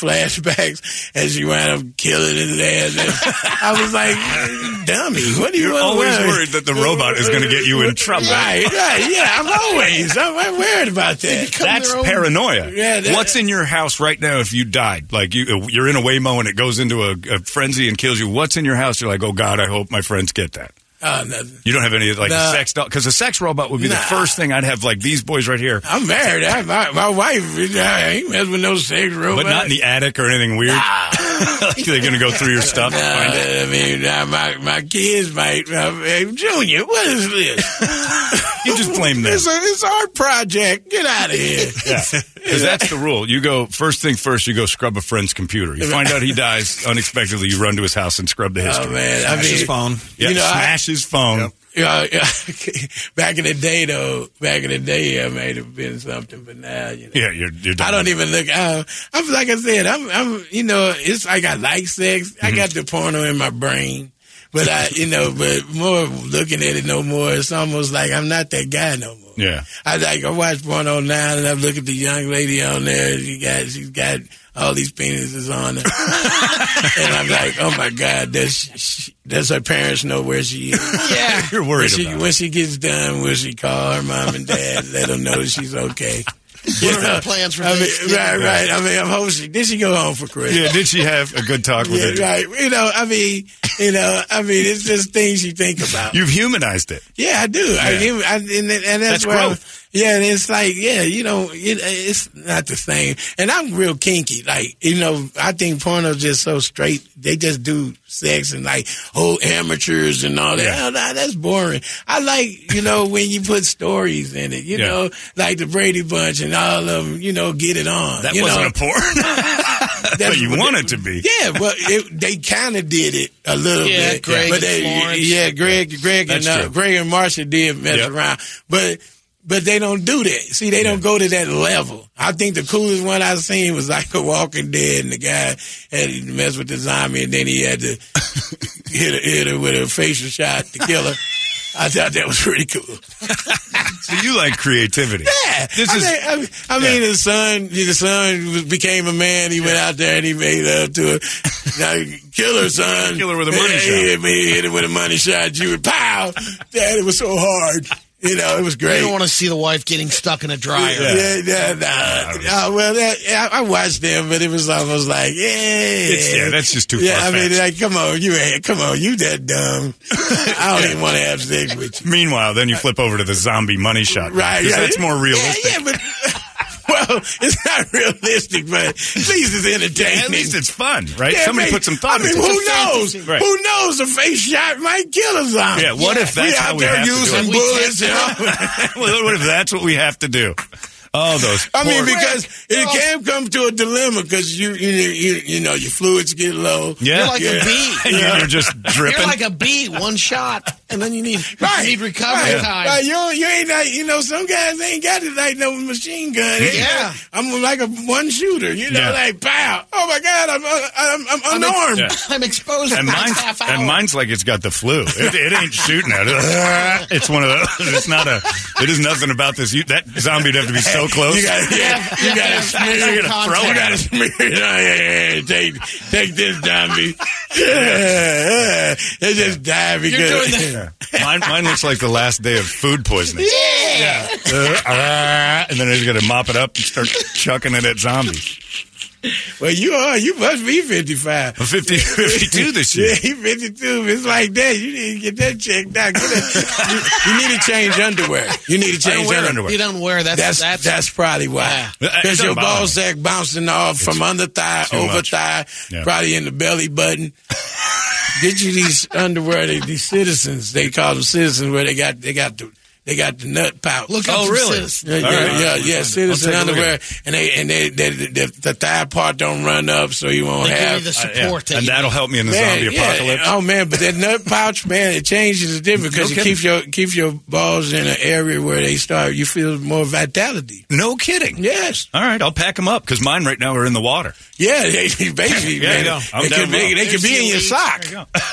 S2: flashbacks, and she wound up killing his ass. And I was like, "Dummy, what do you
S3: You're
S2: wanna
S3: always
S2: worry?
S3: worried that the robot is gonna get you in trouble.
S2: Right, right, yeah. I'm always, I'm, I'm worried about that.
S3: That's paranoia.
S2: Yeah, that-
S3: What's in your house right now if you died? Like you, you're in a Waymo and it goes into a, a frenzy and kills you. What's in your house? You're like, oh God, I hope my friends get that.
S2: Oh, nothing.
S3: You don't have any like a
S2: Nah.
S3: sex doll because a sex robot would be the
S2: Nah.
S3: first thing I'd have. Like these boys right here,
S2: I'm married. I, my, my wife, I ain't messing with no sex robot.
S3: but not in the attic or anything weird. Like, They're gonna go through your stuff.
S2: Uh,
S3: and find it.
S2: I mean, uh, my my kids might. Uh, hey, Junior, what is this?
S3: You just blame them.
S2: It's, a, it's our project. Get out of here.
S3: Because that's the rule. You go first thing first. You go scrub a friend's computer. You find out he dies unexpectedly. You run to his house and scrub the
S2: Oh
S3: history.
S2: man, I mean,
S5: his phone.
S3: Yeah,
S2: You know, I-
S3: smash his phone.
S2: Yeah, yeah. back in the day, though, back in the day, yeah, I might have been something, but now, you know.
S3: Yeah, you're, you're done.
S2: I don't even look. Uh, I'm like I said. I'm. I'm. You know, it's like I like sex. I
S3: Mm-hmm.
S2: got the porno in my brain, but I, you know, but more looking at it no more. It's almost like I'm not that guy no more.
S3: Yeah.
S2: I like I watch porno now, and I look at the young lady on there. She got she's got all these penises on her, and I'm like, oh my god, that's that's her parents know where she is.
S4: Yeah.
S3: You're worried
S2: When she,
S3: about. it.
S2: when she gets done, will she call her mom and dad, let them know that she's okay? You
S4: What are her plans for
S2: I mean,
S4: Thanksgiving?
S2: right, right. I mean, I'm hoping she, did she go home for Christmas?
S3: Yeah, did she have a good talk with
S2: Yeah,
S3: it?
S2: right. You know, I mean, you know, I mean, it's just things you think about.
S3: You've humanized it.
S2: Yeah, I do. I give, I, and, and that's,
S3: That's
S2: where I-
S3: growth.
S2: yeah, and it's like, yeah, you know, it, it's not the same. And I'm real kinky. Like, you know, I think porno's just so straight. They just do sex and like, oh, amateurs and all that.
S3: Yeah.
S2: Hell, nah, that's boring. I like, you know, when you put stories in it, you
S3: Yeah.
S2: know, like the Brady Bunch and all of them, you know, get it on.
S3: That
S2: you
S3: wasn't
S2: know?
S3: a porn.
S2: That's
S3: but you
S2: what
S3: want
S2: they-
S3: it to be.
S2: Yeah, well, it, they kind of did it a little
S4: Yeah,
S2: bit.
S4: Greg
S2: but
S4: and
S2: they,
S4: Florence.
S2: yeah, Greg, Greg,
S3: That's
S2: and uh,
S3: true.
S2: Greg and Marcia did mess
S3: Yep.
S2: around, but but they don't do that. See, they don't go to that level. I think the coolest one I seen was like a Walking Dead, and the guy had he messed with the zombie, and then he had to hit her, hit her with a facial shot to kill her. I thought that was pretty cool.
S3: So you like creativity.
S2: Yeah,
S3: This
S2: I
S3: is-
S2: mean, I mean, I mean his son, his son was- became a man. He went out there and he made love to her. Now, killer son,
S3: Kill her with a money
S2: Yeah, he hit her with a money shot. You would pow. Dad, it was so hard. You know, it was
S4: You
S2: great.
S4: don't want to see the wife getting stuck in a dryer.
S2: Yeah, yeah, nah. Nah, well, that, yeah, I watched them, but it was almost like, yeah,
S3: It's- yeah, that's just too
S2: Yeah, I mean,
S3: far-fetched.
S2: like, come on, you ain't, come on, you that dumb. I don't even want to have sex with you.
S3: Meanwhile, then you flip over to the zombie money shot.
S2: Right.
S3: 'Cause That's more realistic.
S2: Yeah, yeah but. Well, it's not realistic, but at least it's entertaining.
S3: At least it's fun, right?
S2: Yeah,
S3: Somebody
S2: man,
S3: put some thought
S2: I mean,
S3: into it.
S2: who knows?
S3: Right.
S2: Who knows? A face shot might kill us on.
S3: Yeah, what if that's
S2: we
S3: how
S2: out
S3: we
S2: there
S3: have to do it?
S2: using
S4: We
S2: bullets?
S4: can't-
S2: And all.
S3: well, what if that's what we have to do? Oh, those.
S2: I mean,
S3: poor-
S2: because it
S4: Oh.
S2: can come to a dilemma because you you, you you know your fluids get low.
S3: yeah,
S4: You're like
S2: Yeah.
S4: a bee.
S3: and you- you're just dripping.
S4: You're like a bee, one shot, and then you need
S2: Right.
S4: you need recovery
S2: right.
S4: time.
S2: Right. You, don't- you ain't like, you know, some guys ain't got it like no machine gun. They
S4: Yeah.
S2: got- I'm like a one shooter, you know,
S3: Yeah.
S2: like, pow. Oh my God, I'm, I'm, I'm unarmed.
S3: Yeah.
S4: I'm exposed.
S3: and
S4: for the
S3: mine's,
S4: next half hour.
S3: and mine's like it's got the flu. It, it ain't shooting at it. It's one of those. It's not a. It is nothing about this. You, that zombie would have to be so close.
S2: You got yeah, you
S4: yeah,
S2: got to
S4: yeah.
S2: smear,
S4: You're
S2: you
S4: gonna
S2: got to
S4: throw
S2: throw
S4: it
S2: it
S4: at
S2: out of smear. Yeah, yeah, yeah. Take, take this zombie. Yeah, they just die because
S3: Yeah. mine, mine looks like the last day of food poisoning. Yeah. Uh, and then he's going to mop it up and start chucking it at zombies.
S2: well, you are you must be fifty five.
S3: I'm 50, 52 this
S2: Yeah,
S3: year.
S2: he 52. If It's like that. You need to get that checked out. Get that. you, you need to change underwear. You need to
S3: I don't
S2: change
S3: wear
S2: underwear.
S3: underwear.
S4: you don't wear that's
S2: That's,
S4: that's,
S2: that's probably why.
S3: Yeah. It
S2: Because
S3: doesn't
S2: your
S3: bother
S2: ball
S3: me.
S2: sack bouncing off from under thigh,
S3: too
S2: over
S3: much.
S2: thigh,
S3: Yeah.
S2: probably in the belly button. Get you these underwear? They, these citizens, they call them citizens, where they got they got the they got the nut pouch.
S4: Look up
S3: Oh,
S4: some
S3: really?
S4: citizens.
S2: Yeah,
S3: All
S2: yeah,
S3: right.
S2: yeah, yeah,
S3: I'll
S2: citizen
S3: take a look at
S2: underwear,
S3: it.
S2: and they and they, they, the, the thigh part don't run up, so you won't
S4: They give
S2: have
S4: you the
S3: Uh, yeah.
S4: support. that
S3: And
S4: you
S3: that'll help me in the zombie
S2: yeah.
S3: apocalypse.
S2: Oh man, but that nut pouch, man, it changes the difference because
S3: No kidding.
S2: you keep your keep your balls in an area where they start. You feel more vitality.
S3: No kidding.
S2: Yes,
S3: All right, I'll pack them up because mine right now are in the water.
S2: yeah, they, they basically,
S3: Yeah,
S2: man,
S3: yeah. I'm
S2: they
S3: down
S2: could,
S3: with
S2: be,
S3: it.
S2: they could be in your
S3: E.
S2: sock.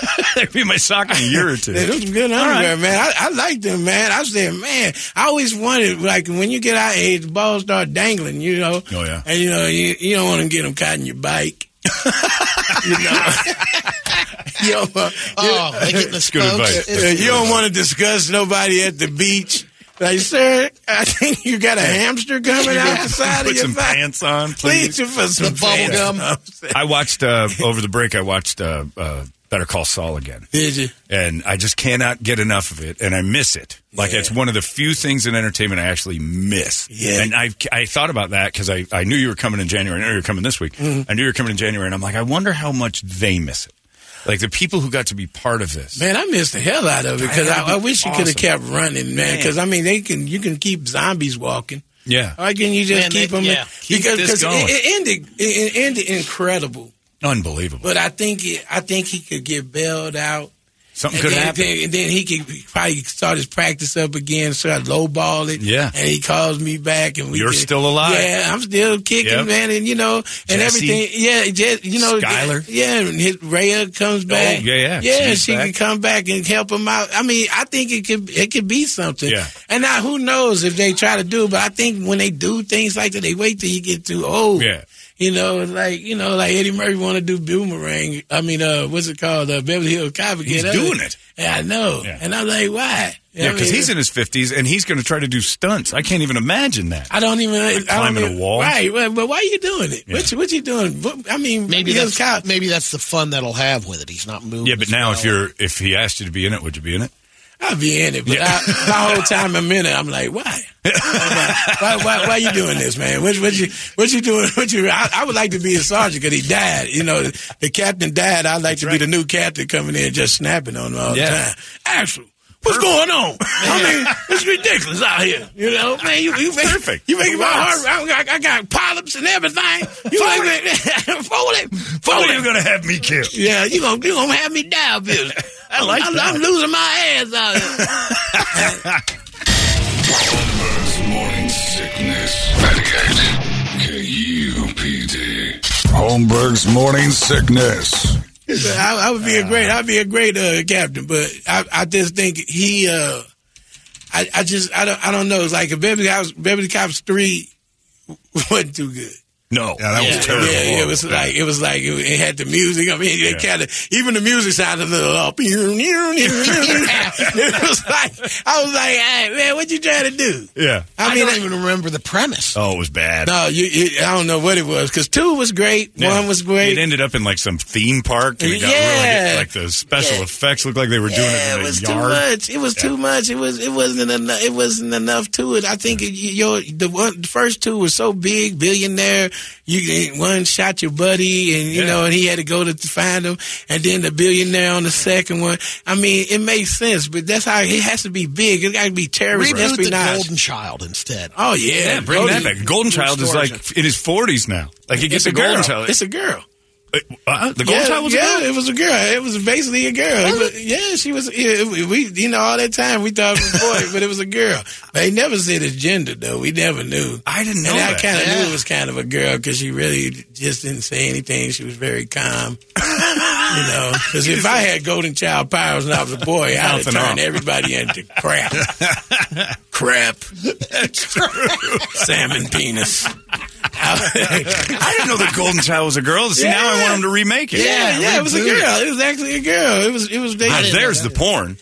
S3: They'll be in my sock in a year or
S2: Yeah,
S3: two.
S2: those are good underwear, man. I, I like them, man. I said, man, I always wanted like when you get our age, the balls start dangling, you know.
S3: Oh, yeah.
S2: And you know, you, you don't want to get them caught in your bike. you know. you don't want-
S4: Oh, they get the
S3: good advice.
S4: spokes.
S2: Uh, you don't want to discuss nobody at the beach. Like, sir, I think you got a hamster coming out the side
S3: Put
S2: of your
S3: some
S2: thigh.
S3: pants on, please.
S2: Please, you put some
S4: The bubble
S2: pants
S4: gum.
S2: on.
S3: I watched uh, over the break. I watched uh, uh, Better Call Saul again.
S2: Did you?
S3: and I just cannot get enough of it, and I miss it. Like
S2: Yeah.
S3: it's one of the few things in entertainment I actually miss.
S2: Yeah.
S3: and I I thought about that because I, I knew you were coming in January. I knew you were coming this week. I knew you were coming in January, and I'm like, I wonder how much they miss it. Like the people who got to be part of this.
S2: Man, I missed the hell out of it because I, I wish you could
S3: Awesome.
S2: have kept running, man.
S3: Man.
S2: Because I mean, they can you can keep zombies walking.
S3: Yeah,
S2: Why can you just
S4: Man,
S2: keep
S4: they-
S2: them?
S4: yeah.
S3: Keep
S2: because
S3: this
S2: 'cause
S3: going.
S2: it, it ended it, it ended incredible.
S3: unbelievable.
S2: But I think it, I think he could get bailed out.
S3: Something
S2: And
S3: could
S2: then,
S3: happen.
S2: then- and then he could probably start his practice up again, start lowball it.
S3: Yeah.
S2: And he calls me back, and we.
S3: You're
S2: can-
S3: still alive.
S2: Yeah, I'm still kicking,
S3: Yep.
S2: man, and you know, and
S3: Jesse.
S2: everything. Yeah, just, you know,
S3: Skylar. Oh,
S2: Yeah, and his, Raya comes back.
S3: yeah, yeah.
S2: yeah.
S3: She's
S2: She
S3: back.
S2: can come back and help him out. I mean, I think it could it could be something.
S3: Yeah.
S2: And now who knows if they try to do, it, but I think when they do things like that, they wait till you get too old.
S3: Yeah.
S2: You know, it's like you know, like Eddie Murphy want to do boomerang. I mean, uh, what's it called? Uh, Beverly Hills Cop.
S3: He's
S2: Yeah, that
S3: doing
S2: was-
S3: it.
S2: Yeah, I know.
S3: Yeah.
S2: And I'm like, why?
S3: Yeah, because
S2: I mean,
S3: he's in his 50s and he's going to try to do stunts. I can't even imagine that.
S2: I don't even I don't
S3: climbing a
S2: even-
S3: wall.
S2: Right, right, but why are you doing it? What, you, what you doing? But, I mean,
S4: Maybe
S2: because
S4: that's
S2: Kyle-
S4: maybe that's the fun that'll have with it. He's not moving.
S3: Yeah, but
S4: as
S3: now if
S4: well.
S3: you're if he asked you to be in it, would you be in it?
S2: I'll be in it, but I, the whole time I'm in it, I'm like, why? why, why, why you doing this, man? What, what you, what you doing? What you? I, I would like to be a sergeant because he died. You know, the captain died. I'd like to be the new captain coming in, just snapping on him all
S3: Yeah.
S2: the time. Axel, what's going on? I mean, it's ridiculous out here. You know, man, you, you make,
S3: Perfect.
S2: You making my
S3: Works.
S2: heart. I, I- I got polyps and everything. You
S3: Fold
S2: like, fold it,
S3: How
S2: fold
S3: are
S2: it.
S3: you going to have me killed?
S2: Yeah, you gonna you gonna have me die, bitch. I
S3: like
S2: I'm,
S3: that.
S2: I'm losing my ass out here.
S1: Holmberg's morning sickness. Medicaid. K-U-P-D. Holmberg's morning sickness.
S2: I, I would be a great, I'd be a great uh, captain, but I, I just think he, uh, I, I just, I don't, I don't know. It's like if Beverly Cops, Beverly Cops three wasn't too good.
S3: No.
S1: Yeah, that was
S3: Yeah.
S1: terrible.
S2: Yeah, it was like it was like it had the music. I mean, it
S3: Yeah.
S2: kind of even the music sounded a little off. it was like I was like, hey, man, what you trying to do?
S3: Yeah.
S4: I,
S2: mean,
S4: don't even remember the premise.
S3: Oh, it was bad.
S2: no, you, you, I don't know what it was because two was great,
S3: Yeah.
S2: one was great.
S3: It ended up in like some theme park, and it got
S2: Yeah.
S3: really like the special
S2: Yeah.
S3: effects looked like they were doing it
S2: Yeah,
S3: in
S2: it
S3: a
S2: was
S3: yard.
S2: too much. It was too much. It was it wasn't enough. It wasn't enough to it. I think it- you- your the one the first two was so big, billionaire. You one shot your buddy, and you
S3: Yeah.
S2: know, and he had to go to find him, and then the billionaire on the second one. I mean, it makes sense, but that's how it has to be big. It got to be terrorist
S4: Reboot the
S2: espionage.
S4: Golden Child instead.
S2: oh yeah,
S3: Yeah, bring
S2: Golden-
S3: that back. Golden Child is like in his 40s now. Like he gets
S2: It's a
S3: the Golden
S2: girl.
S3: Child.
S2: It's a girl.
S3: Uh, the Golden
S2: Yeah,
S3: Child was
S2: yeah,
S3: a girl?
S2: it was a girl. It was basically a girl. It was- yeah, she was. yeah, we- we, you know, all that time we thought it was a boy, but it was a girl. They never said his gender though. We never knew.
S3: I didn't know
S2: and I
S3: that.
S2: kind of
S4: Yeah.
S2: knew it was kind of a girl because she really just didn't say anything. She was very calm. you know, because if I had golden child powers and I was a boy, I'd have
S3: Nothing
S2: turned
S3: off.
S2: everybody into crap, crap, salmon penis.
S3: I didn't know the Golden Child was a girl. See, now I
S2: Yeah.
S3: want him to remake it.
S2: Yeah, yeah, it was a
S4: reboot it.
S2: girl. It was actually a girl. It was, it was. They,
S3: Ah, there's the porn.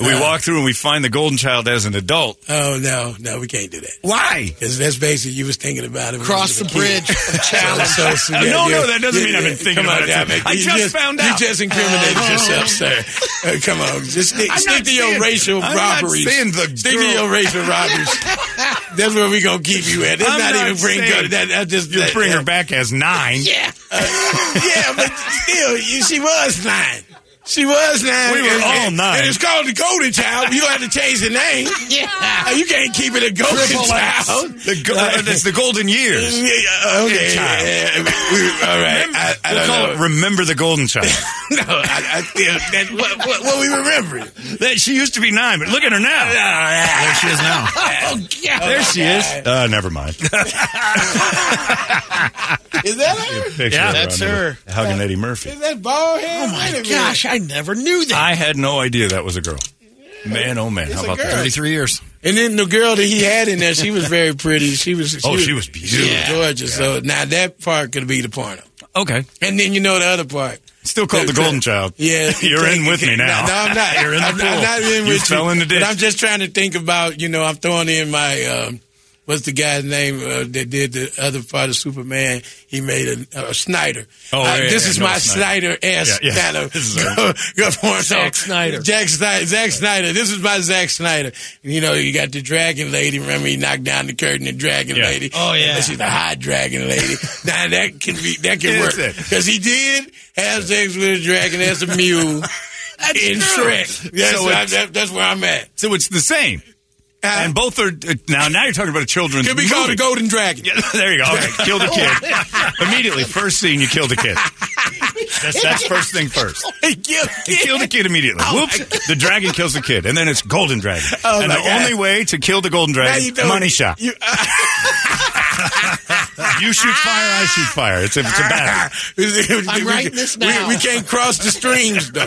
S3: We walk through and we find the Golden Child as an adult.
S2: Oh no, no, we can't do that.
S3: Why?
S2: Because that's basically you was thinking about it. when
S4: Cross
S2: you
S4: the
S2: was a kid.
S4: bridge. Challenge.
S2: So, so, yeah,
S3: no,
S2: yeah,
S3: no, that doesn't
S2: yeah,
S3: mean I've been
S2: yeah.
S3: thinking
S2: Come on,
S3: about it.
S2: now, man.
S3: I
S2: You
S3: just found out. Oh.
S2: You just incriminated yourself, sir. Uh, come on, just stick,
S3: I'm
S2: stick
S3: not
S2: to your
S3: saying-
S2: racial
S3: I'm not
S2: robberies.
S3: saying the
S2: stick to
S3: girl-
S2: your racial robberies. that's where we gonna keep you at. It's
S3: I'm
S2: not,
S3: not
S2: even bring
S3: saying-
S2: good. That, that just
S3: You
S2: that,
S3: bring her
S2: that-
S3: back as nine.
S2: Uh, Yeah, Uh, yeah, but still, you, she was nine. She was nine.
S3: We were
S2: And-
S3: all
S2: and-
S3: nine.
S2: And it's called the Golden Child. You have to change the name.
S4: Yeah.
S2: Uh, You can't keep it a golden
S4: Triple X.
S2: child. Uh,
S3: The go- that's the Golden Years.
S2: Mm, Yeah, okay,
S3: Child.
S2: yeah, yeah, we- all right. I, I
S3: we'll
S2: don't
S3: call
S2: know.
S3: it Remember the Golden Child.
S2: no, I, I still, that's what, what, what we remembering.
S3: that, she used to be nine, but look at her now.
S2: There she is now.
S4: Oh, God.
S3: There she is. Uh, never mind.
S2: Is that her?
S3: yeah,
S4: that's her.
S3: Hugging Eddie Murphy.
S2: Is that bald head? Oh my
S4: Gosh, I never knew that.
S3: I had no idea that was a girl. Man, oh man, how
S2: a
S3: about
S2: girl.
S3: that?
S4: 33 years.
S2: And then the girl that he had in there, she was very pretty. She was.
S3: Oh, she was beautiful.
S2: She was gorgeous. So now that part could be the porno.
S3: Okay,
S2: And then you know the other part.
S3: still called the Golden Child.
S2: Yeah,
S3: you're in with me now.
S2: No, no, I'm not.
S3: You're in the
S2: I'm, I'm
S3: pool.
S2: not in
S3: You
S2: with
S3: fell
S2: you.
S3: in the ditch.
S2: But I'm just trying to think about. You know, I'm throwing in my. Um, what's the guy's name uh, that did the other part of Superman? He made a, a Snyder.
S3: Oh,
S2: Uh,
S3: yeah,
S2: this
S3: yeah,
S2: is
S3: I know
S2: my
S3: Snyder.
S2: Snyder ass
S3: Yeah, yeah.
S2: kind of.
S3: This is
S2: go, go for it.
S4: Zack
S2: So,
S4: Snyder.
S2: Jack Snyder. Zack Snyder. This is my Zack Snyder. You know, you got the Dragon Lady. Remember, he knocked down the curtain. The Dragon
S3: Yeah.
S2: Lady.
S4: Oh, yeah.
S2: And she's the hot Dragon Lady. now that can be that can
S3: It's
S2: work
S3: it.
S2: because he did have sex with a dragon as a mule in Shrek. That's,
S3: So
S2: where I-
S3: it's-
S2: that- that's where I'm at.
S3: So it's the same, and both are uh, now. Now you're talking about a children's.
S2: Could be called
S3: movie.
S2: a golden dragon.
S3: Yeah, there you go. Okay, kill the kid immediately. First scene, you kill the kid. That's, that's first thing first. You kill the kid immediately. Whoops! The dragon kills the kid, and then it's golden dragon.
S2: Oh,
S3: and
S2: my
S3: the
S2: God.
S3: only way to kill the golden
S2: Now you
S3: dragon,
S2: uh, don't-
S3: money shot.
S2: you- uh,
S3: You shoot fire, I shoot fire. It's a, it's a battle.
S2: I'm
S4: writing this now.
S2: We, we can't cross the streams, though.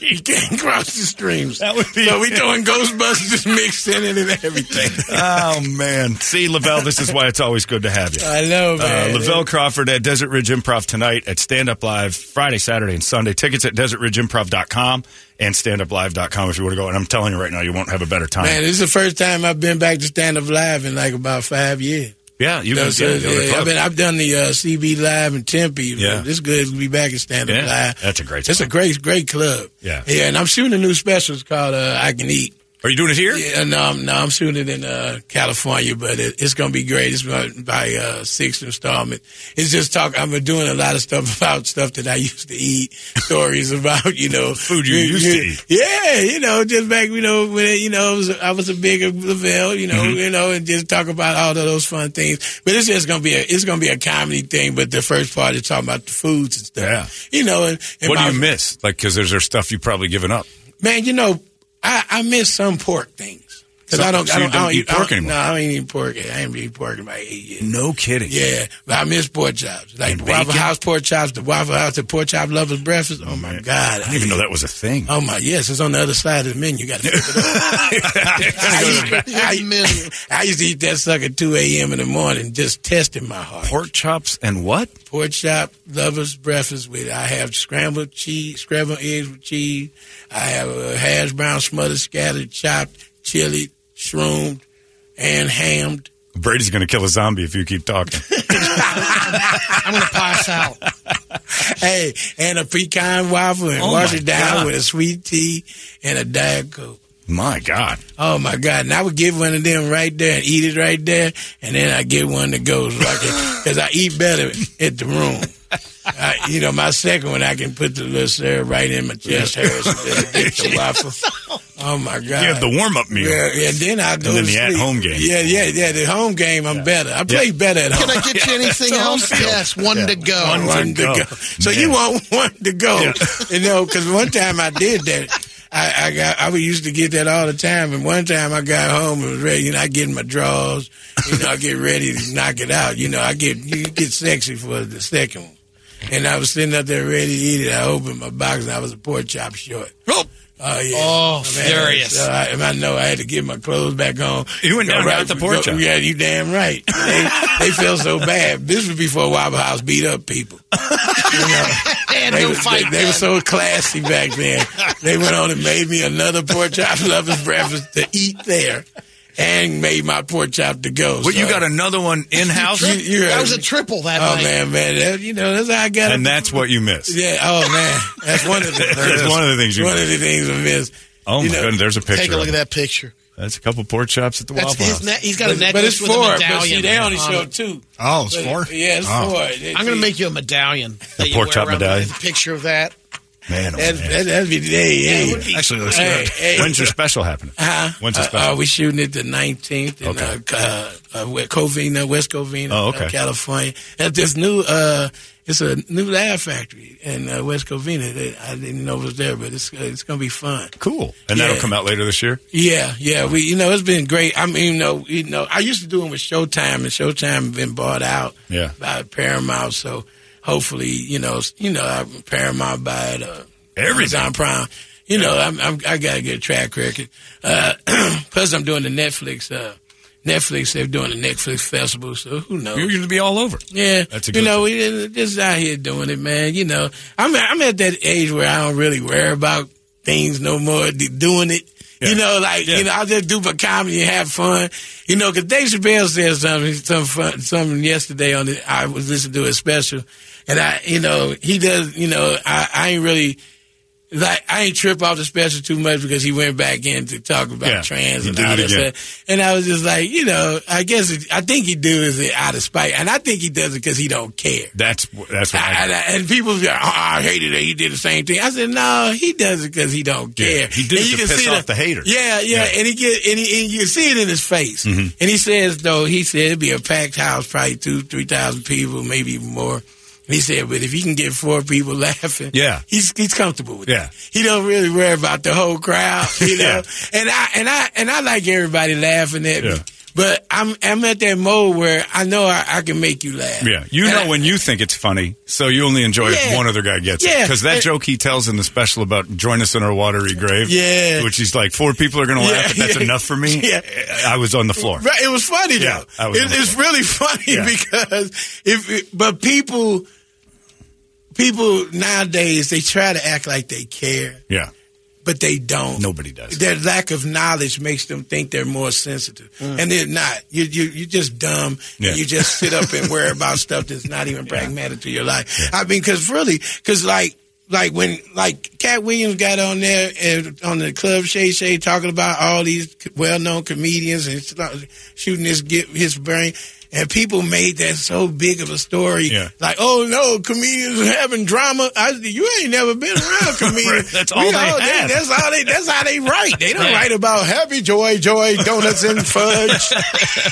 S2: We can't cross the streams.
S3: That would be-
S2: so we throwing Ghostbusters mixed in it and everything.
S3: Oh man! See, Lavelle, this is why it's always good to have you.
S2: I know,
S3: Uh,
S2: man.
S3: Lavelle Crawford at Desert Ridge Improv tonight at Stand Up Live Friday, Saturday, and Sunday. Tickets at desertridgeimprov.com and standuplive.com if you want to go. And I'm telling you right now, you won't have a better time.
S2: Man, this is the first time I've been back to stand up live in like about five years.
S3: yeah, you can
S2: So,
S3: yeah, go to the
S2: yeah, I
S3: club.
S2: mean, I've done the uh, CB Live in Tempe.
S3: Yeah.
S2: It's good to be back at Stand Up
S3: Yeah,
S2: Live.
S3: that's a great
S2: It's a
S3: spot.
S2: great, great club.
S3: Yeah.
S2: Yeah, and I'm shooting a new special. It's called uh, I Can Eat.
S3: Are you doing it here?
S2: Yeah, no, I'm, no, I'm shooting it in uh, California, but it, it's going to be great. It's my, my uh, sixth installment. It's just talk. I'm doing a lot of stuff about stuff that I used to eat, stories about you know
S3: Food you used to eat.
S2: Yeah, you know, just back you know when you know I was, I was a bigger Lavelle, you know,
S3: Mm-hmm.
S2: you know, and just talk about all of those fun things. But it's just going to be a it's going to be a comedy thing. But the first part is talking about the foods and stuff. You know, and, and
S3: What do
S2: my-
S3: you miss? Like, because there's, there's stuff you've probably given up.
S2: Man, you know, I, I miss some pork things. Because I don't,
S3: So
S2: I
S3: you
S2: don't, I
S3: don't
S2: don't
S3: eat
S2: I
S3: pork
S2: don't-
S3: anymore?
S2: No, I ain't eating pork. I ain't been eating pork in about eight years.
S3: No kidding.
S2: Yeah, but I miss pork chops. Like
S3: And
S2: the Waffle
S3: bacon?
S2: House pork chops, the Waffle House, the pork chop lovers breakfast. Oh my God.
S3: I didn't even know that was a thing.
S2: Oh my, yes, it's on the other side of the menu. You got to pick it up. I, used, I, I used to eat that sucker at 2 a.m. in the morning, just testing my heart.
S3: Pork chops and what?
S2: pork chop lovers breakfast with I have scrambled cheese, scrambled eggs with cheese. I have a hash brown smothered, scattered, chopped, chili, shroomed, and hammed.
S3: Brady's going to kill a zombie if you keep talking.
S4: I'm going to pass out.
S2: Hey, and a pecan waffle and
S3: Oh,
S2: wash
S3: my
S2: it down
S3: God.
S2: with a sweet tea and a diet coke.
S3: My God.
S2: Oh my God! And I would get one of them right there and eat it right there, and then I get one that goes like it because I eat better at the room. I, you know, my second one I can put the little syrup right in my chest hair and then get the waffle. Oh my God!
S3: You have the warm up meal.
S2: yeah, yeah, then I go
S3: then
S2: to
S3: the
S2: sleep.
S3: at-home game.
S2: Yeah, yeah, yeah. The home game, I'm better. I play better at home.
S4: Can I get you anything else? Yes, one to go.
S3: One
S2: one to
S3: go.
S2: go. So
S3: Man.
S2: you want one to go, you know? Because one time I did that. I, I got I was used to get that all the time, and one time I got home and was ready. You know, I get in my drawers. You know, I get ready to knock it out. You know, I get you get sexy for the second one, and I was sitting up there ready to eat it. I opened my box and I was a pork chop short. Oh. yeah.
S4: Oh,
S2: Man,
S4: furious.
S2: so I, and I know I had to get my clothes back on.
S3: You went down and
S2: Go
S3: got the pork
S2: go-
S3: chop.
S2: Yeah, you damn right. They, they felt so bad. This was before Waffle House beat up people. You know,
S4: And
S2: they,
S4: no
S2: was-
S4: fight.
S2: they, they were so classy back then. They went on and made me another pork chop lovers breakfast to eat there, and made my pork chop to go.
S3: Well, you
S2: So-
S3: got another one in house?
S2: You- you
S4: that
S2: heard
S4: was a
S2: me.
S4: triple that
S2: Oh
S4: night.
S2: man, man, that, you know that's how I got.
S3: and
S2: it.
S3: that's what you miss.
S2: yeah. Oh man, that's one of the
S3: That's one of the things you
S2: one of the things I miss.
S3: Oh, my
S2: You know,
S3: goodness. There's a picture.
S4: Take a look
S3: of
S4: at that picture.
S3: it. That's a couple pork chops at the
S4: That's
S3: Waffle
S4: his
S3: House.
S4: ne- he's got a
S2: But,
S4: necklace
S2: but it's
S4: with
S2: four.
S4: a
S2: But
S4: medallion.
S2: see, they only
S4: on
S2: show
S4: it.
S2: two.
S5: Oh, it's
S2: But-
S5: four?
S2: Yeah, it's
S5: Oh.
S2: four.
S4: I'm going to make you a medallion. that you
S3: pork
S4: wear
S3: chop
S4: around the-
S3: medallion.
S4: with A picture of that.
S3: Man, oh,
S2: That,
S3: man.
S2: that, that'd be hey, hey.
S4: would be-
S5: Actually, looks
S2: Hey,
S5: good.
S2: hey.
S3: When's your special happening?
S2: Huh?
S3: When's the
S2: Uh,
S3: special?
S2: Uh, we shooting it the 19th in
S3: Okay.
S2: uh, uh, uh, West Covina, West Covina,
S3: Oh, okay.
S2: uh, California. At this new, uh, it's a new laugh factory in uh, West Covina. That I didn't know was there, but it's uh, it's gonna be fun.
S3: cool. And that'll
S2: Yeah.
S3: come out later this year?
S2: Yeah, yeah. We, you know, it's been great. I mean, you know, you know, I used to do them with Showtime, and Showtime been bought out
S3: Yeah.
S2: by Paramount. So hopefully, you know, s- you know, I- Paramount buy it. Uh,
S3: Everything.
S2: Amazon Prime. You know, I'm, I'm I gotta get a track record. Uh, plus, I'm doing the Netflix. Uh, Netflix, they're doing the Netflix festival, so who knows?
S3: You're going to be all over.
S2: Yeah,
S3: That's a
S2: you
S3: good
S2: know, we just out here doing it, man. You know, I'm I'm at that age where I don't really worry about things no more. d- Doing it,
S3: Yeah.
S2: you know, like
S3: Yeah.
S2: you know, I just do my comedy and have fun. You know, because Dave Chappelle said something, some fun, something yesterday on the I was listening to his special, and I, you know, he does, you know, I, I ain't really. Like I ain't trip off the special too much because he went back in to talk about
S3: Yeah.
S2: trans
S3: He
S2: and
S3: did
S2: all
S3: it
S2: that
S3: again.
S2: stuff. And I was just like, you know, I guess it, I think he do is it out of spite, and I think he does it because he don't care.
S3: That's, that's what
S2: I,
S3: I,
S2: and, I- and people be like, oh, I hated it. He did the same thing. I said, no, he does it because he don't care.
S3: Yeah, he did
S2: And
S3: it to piss off the haters.
S2: Yeah, yeah,
S3: Yeah. Mm-hmm.
S2: and he get and, he, and you see it in his face. And he says though, he said it'd be a packed house, probably two, three thousand people, maybe even more. And he said, but if he can get four people laughing,
S3: Yeah.
S2: he's he's comfortable with
S3: Yeah.
S2: that. He don't really worry about the whole crowd, you know.
S3: Yeah.
S2: And I and I and I like everybody laughing at
S3: Yeah.
S2: me. But I'm I'm at that mode where I know I, I can make you laugh.
S3: Yeah, you
S2: And
S3: know
S2: I-
S3: when you think it's funny, so you only enjoy it
S2: Yeah.
S3: if one other guy gets it. 'Cause it.
S2: Yeah.
S3: Because that
S2: And-
S3: joke he tells in the special about join us in our watery grave,
S2: Yeah.
S3: which he's like four people are going to laugh,
S2: Yeah,
S3: but that's
S2: yeah.
S3: enough for me.
S2: Yeah.
S3: I was on the floor.
S2: Right, it was funny
S3: Yeah, I
S2: though.
S3: was
S2: It,
S3: on the
S2: it's really funny
S3: Yeah.
S2: because if but people people nowadays they try to act like they care,
S3: Yeah,
S2: but they don't.
S3: nobody does.
S2: Their lack of knowledge makes them think they're more sensitive, and they're not. You you you just dumb.
S3: Mm. Yeah.
S2: And you just sit up and worry about stuff that's not even pragmatic to your life. I mean, because really, because like. Like when like Cat Williams got on there and on the club Shay Shay talking about all these well known comedians and st- shooting his get his brain and people made that so big of a story
S3: Yeah.
S2: like oh no comedians are having drama I, you ain't never been around comedians
S3: That's all they have.
S2: that's how they. That's how they write. They don't write about happy joy, joy, donuts and fudge.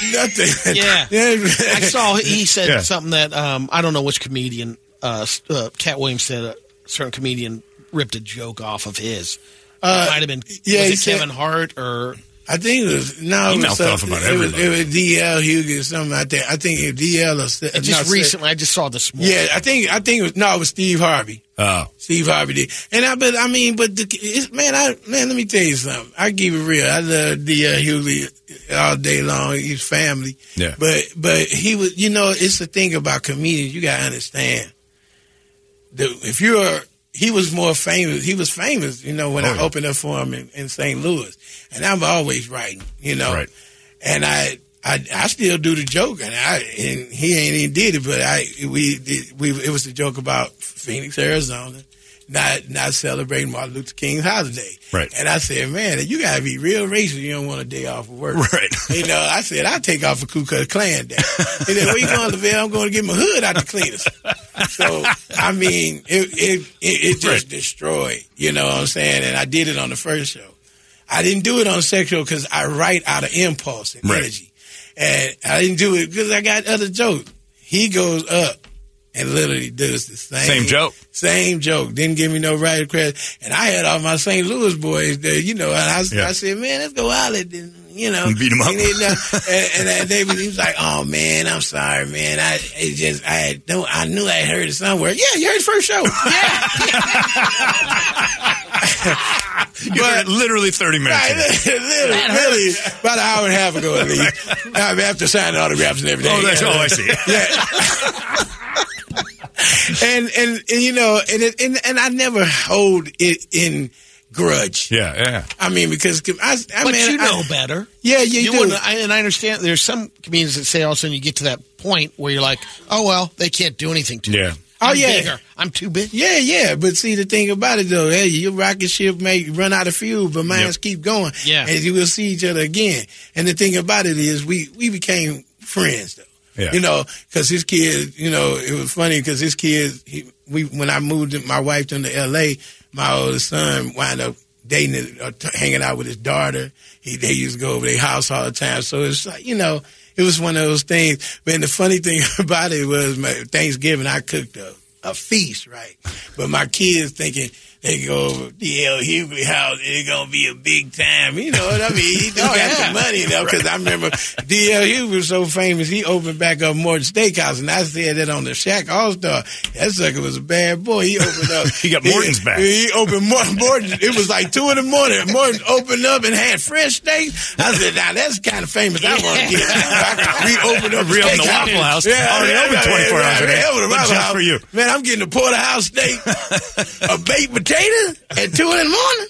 S2: Nothing.
S4: Yeah. I saw he said
S3: Yeah.
S4: something that um, I don't know which comedian. Uh, s- uh, Cat Williams said a certain comedian ripped a joke off of his. Uh, might have been
S2: yeah,
S4: was
S2: he
S4: it
S2: said-
S4: Kevin Hart or
S2: I think it was
S3: He
S2: no. it was
S3: mouthed
S2: some-
S3: off about
S2: it was,
S3: everybody.
S2: it was DL Hughes or something like that. I think if DL or se-
S4: just
S2: no, se-
S4: recently. I just saw this morning.
S2: Yeah, I think I think it was no. It was Steve Harvey.
S3: Oh,
S2: Steve Harvey did, and I but I mean, but the, it's, man, I man, let me tell you something. I keep it real. I love D.L. Hughley all day long. He's family.
S3: Yeah.
S2: But but he was, you know, it's the thing about comedians. You gotta understand. The, if you're, he was more famous. He was famous, you know, when I
S3: Oh, yeah.
S2: opened up for him in, in St. Louis, and I'm always writing, you know
S3: right.
S2: and I, I, I still do the joke, and I, and he ain't even did it, but I, we, did, we, it was a joke about Phoenix, Arizona, not, not celebrating Martin Luther King's holiday.
S3: Right.
S2: And I said, man, you gotta be real racist. You don't want a day off of work.
S3: Right.
S2: You know, I said, I'll take off a Ku Klux Klan day. He said, where you going, LaVelle? I'm going to get my hood out the cleaners. So, I mean, it, it, it, it just
S3: Right.
S2: destroyed, you know what I'm saying? And I did it on the first show. I didn't do it on sexual because I write out of impulse and
S3: Right.
S2: energy. And I didn't do it because I got other jokes. He goes up and literally does the same
S3: Same joke.
S2: Same joke. Didn't give me no writer credit. And I had all my St. Louis boys there, you know, and I,
S3: Yeah.
S2: I said, man, let's go out and, then, you know.
S3: And beat 'em up.
S2: And, then, uh, and, and they, he was like, oh, man, I'm sorry, man. I it just, I had, no, I knew I had heard it somewhere. Yeah, you heard it first show. Yeah.
S3: You
S2: But-
S3: had literally thirty minutes.
S2: Right,
S3: of it.
S2: literally, really, about an hour and a half ago at least. I mean, after signing autographs and everything.
S3: Oh, that's oh, I see.
S2: and, and and you know, and it, and and I never hold it in grudge.
S3: Yeah, yeah.
S2: I mean, because I, I
S4: but
S2: mean,
S4: you
S2: I-
S4: know better.
S2: yeah, you,
S4: You
S2: do.
S4: wouldn't- I, and I understand there's some comedians that say all of a sudden you get to that point where you're like, oh well, they can't do anything to
S3: Yeah.
S4: me.
S2: Oh,
S4: I'm
S2: yeah.
S4: bigger. I'm too big.
S2: Yeah, yeah, but see the thing about it though, hey, your rocket ship may run out of fuel, but mine's
S3: Yep.
S2: keep going.
S4: Yeah.
S2: and you will see each other again. And the thing about it is, we we became friends though.
S3: Yeah.
S2: You know, because his kid, you know, it was funny because his kid, he, we when I moved my wife to L.A., my oldest son wound up dating or t- hanging out with his daughter. He they used to go over their house all the time, so it's like you know. It was one of those things. Man, the funny thing about it was my Thanksgiving, I cooked up a feast, right? But my kids thinking they go over to DL Hughley house, it's gonna be a big time. You know what I mean? He just got the money though, because I remember DL Hughley was so famous, he opened back up Morton Steakhouse, and I said that on the Shack All Star. That sucker was a bad boy. He opened up.
S3: He got Morton's back.
S2: He opened Morton. Morton. It was like two in the morning. Morton opened up and had fresh steaks. I said, now that's kind of famous. I want to get. We opened up
S3: Reopened the
S2: steakhouse.
S3: Waffle House. Already open 24 hours a day.
S2: yeah, open the
S3: But
S2: Waffle
S3: just
S2: House.
S3: for you.
S2: Man, I'm getting a porterhouse steak, a baked potato at two in the morning.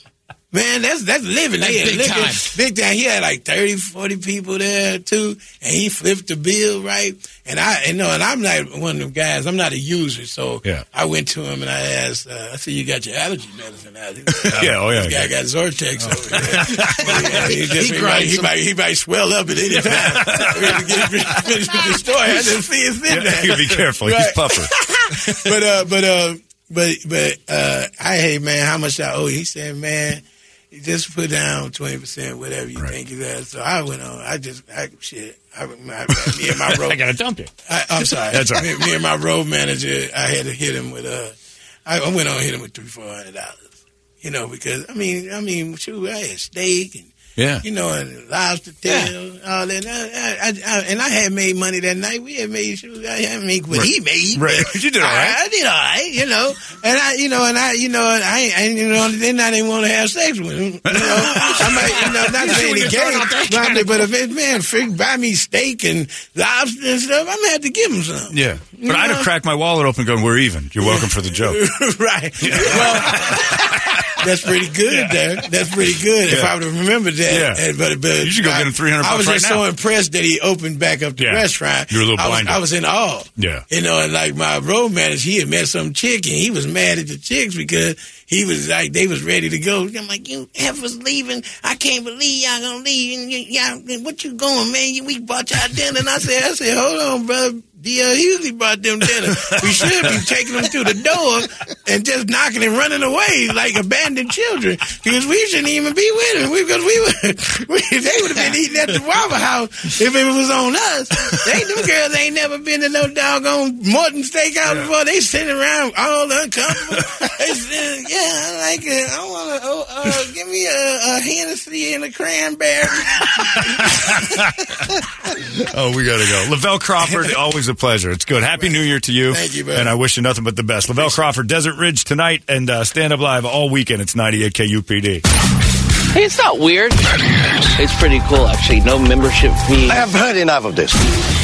S2: Man, that's that's living. They
S4: That's
S2: had
S4: big
S2: liquor-
S4: time.
S2: Big time. He had like 30, 40 people there too, and he flipped the bill right. And I and no, and I'm not one of them guys. I'm not a user, so
S3: Yeah.
S2: I went to him and I asked. Uh, I said, "You got your allergy medicine out?" He was like,
S3: Yeah, oh, yeah, Oh.
S2: This guy
S3: yeah.
S2: got Zortex over here. Yeah, he, just-
S4: He
S2: he might,
S4: grinds
S2: he,
S4: some-
S2: might, he might swell up at any time. I mean, to get finished with the story. I didn't see it's in
S3: yeah.
S2: there
S3: You be careful. He's
S2: Right.
S3: puffer.
S2: but uh, but uh, but but uh, I hey man, how much I owe? you? He said, man, you just put down twenty percent, whatever you
S3: Right.
S2: think you got. So I went on. I just I shit. I, my, me and my road.
S3: I gotta dump you.
S2: I, I'm sorry.
S3: That's all right.
S2: Me, me and my road manager, I had to hit him with uh, I, I went on and hit him with three four hundred dollars. You know because I mean I mean shoot, I had steak and.
S3: Yeah.
S2: You know, and lobster tails, all that. And I, I, I, and I had made money that night. We had made shoes. I had made what he made.
S3: Right.
S2: but
S3: You did all
S2: I-
S3: right.
S2: I, did all right, you know. And I, you know, and I, you know, and I, ain't- I ain't- you know, then I didn't want to have sex with him. You know, I might, you know, not saying he gay, but, I'm like, but if it, man, freak, buy me steak and lobster and stuff, I'm gonna have to give him some.
S3: Yeah.
S2: You
S3: But I'd
S2: know?
S3: have cracked my wallet open going, we're even. You're welcome for the joke.
S2: right. Well, that's pretty good there. That's pretty good if
S3: Yeah.
S2: I would have remembered that.
S3: Yeah.
S2: And- but, but
S3: You should go
S2: I-
S3: get him 300
S2: I was
S3: bucks
S2: just
S3: right
S2: so
S3: now.
S2: impressed that he opened back up the
S3: Yeah.
S2: restaurant.
S3: You were a little
S2: I was,
S3: blinded.
S2: I was in awe.
S3: Yeah.
S2: You know, and like my road manager, he had met some chick and he was mad at the chicks because he was like, they was ready to go. I'm like, you heifers leaving. I can't believe y'all gonna leave. And y- y'all, what you going, man? You- We bought y'all dinner. And I said, I said, hold on, brother. D.L. Hughley brought them dinner. We should be taking them through the door and just knocking and running away like abandoned children because we shouldn't even be with them because we would we, they would have been eating at the Waffle House if it was on us. They them girls ain't never been to no doggone Morton Steakhouse before. They sitting around all uncomfortable. they said, yeah, I like it. I want to oh, uh, give me a, a Hennessy and a cranberry.
S3: Oh, we got to go. Lavelle Crawford, always a pleasure. It's good. Happy New Year to you.
S2: Thank you, brother.
S3: And I wish you nothing but the best. Lavelle Crawford, Desert Ridge tonight and uh, stand up live all weekend. It's 98 KUPD.
S5: Hey, it's not weird. It's pretty cool, actually. No membership fee.
S6: I have heard enough of this.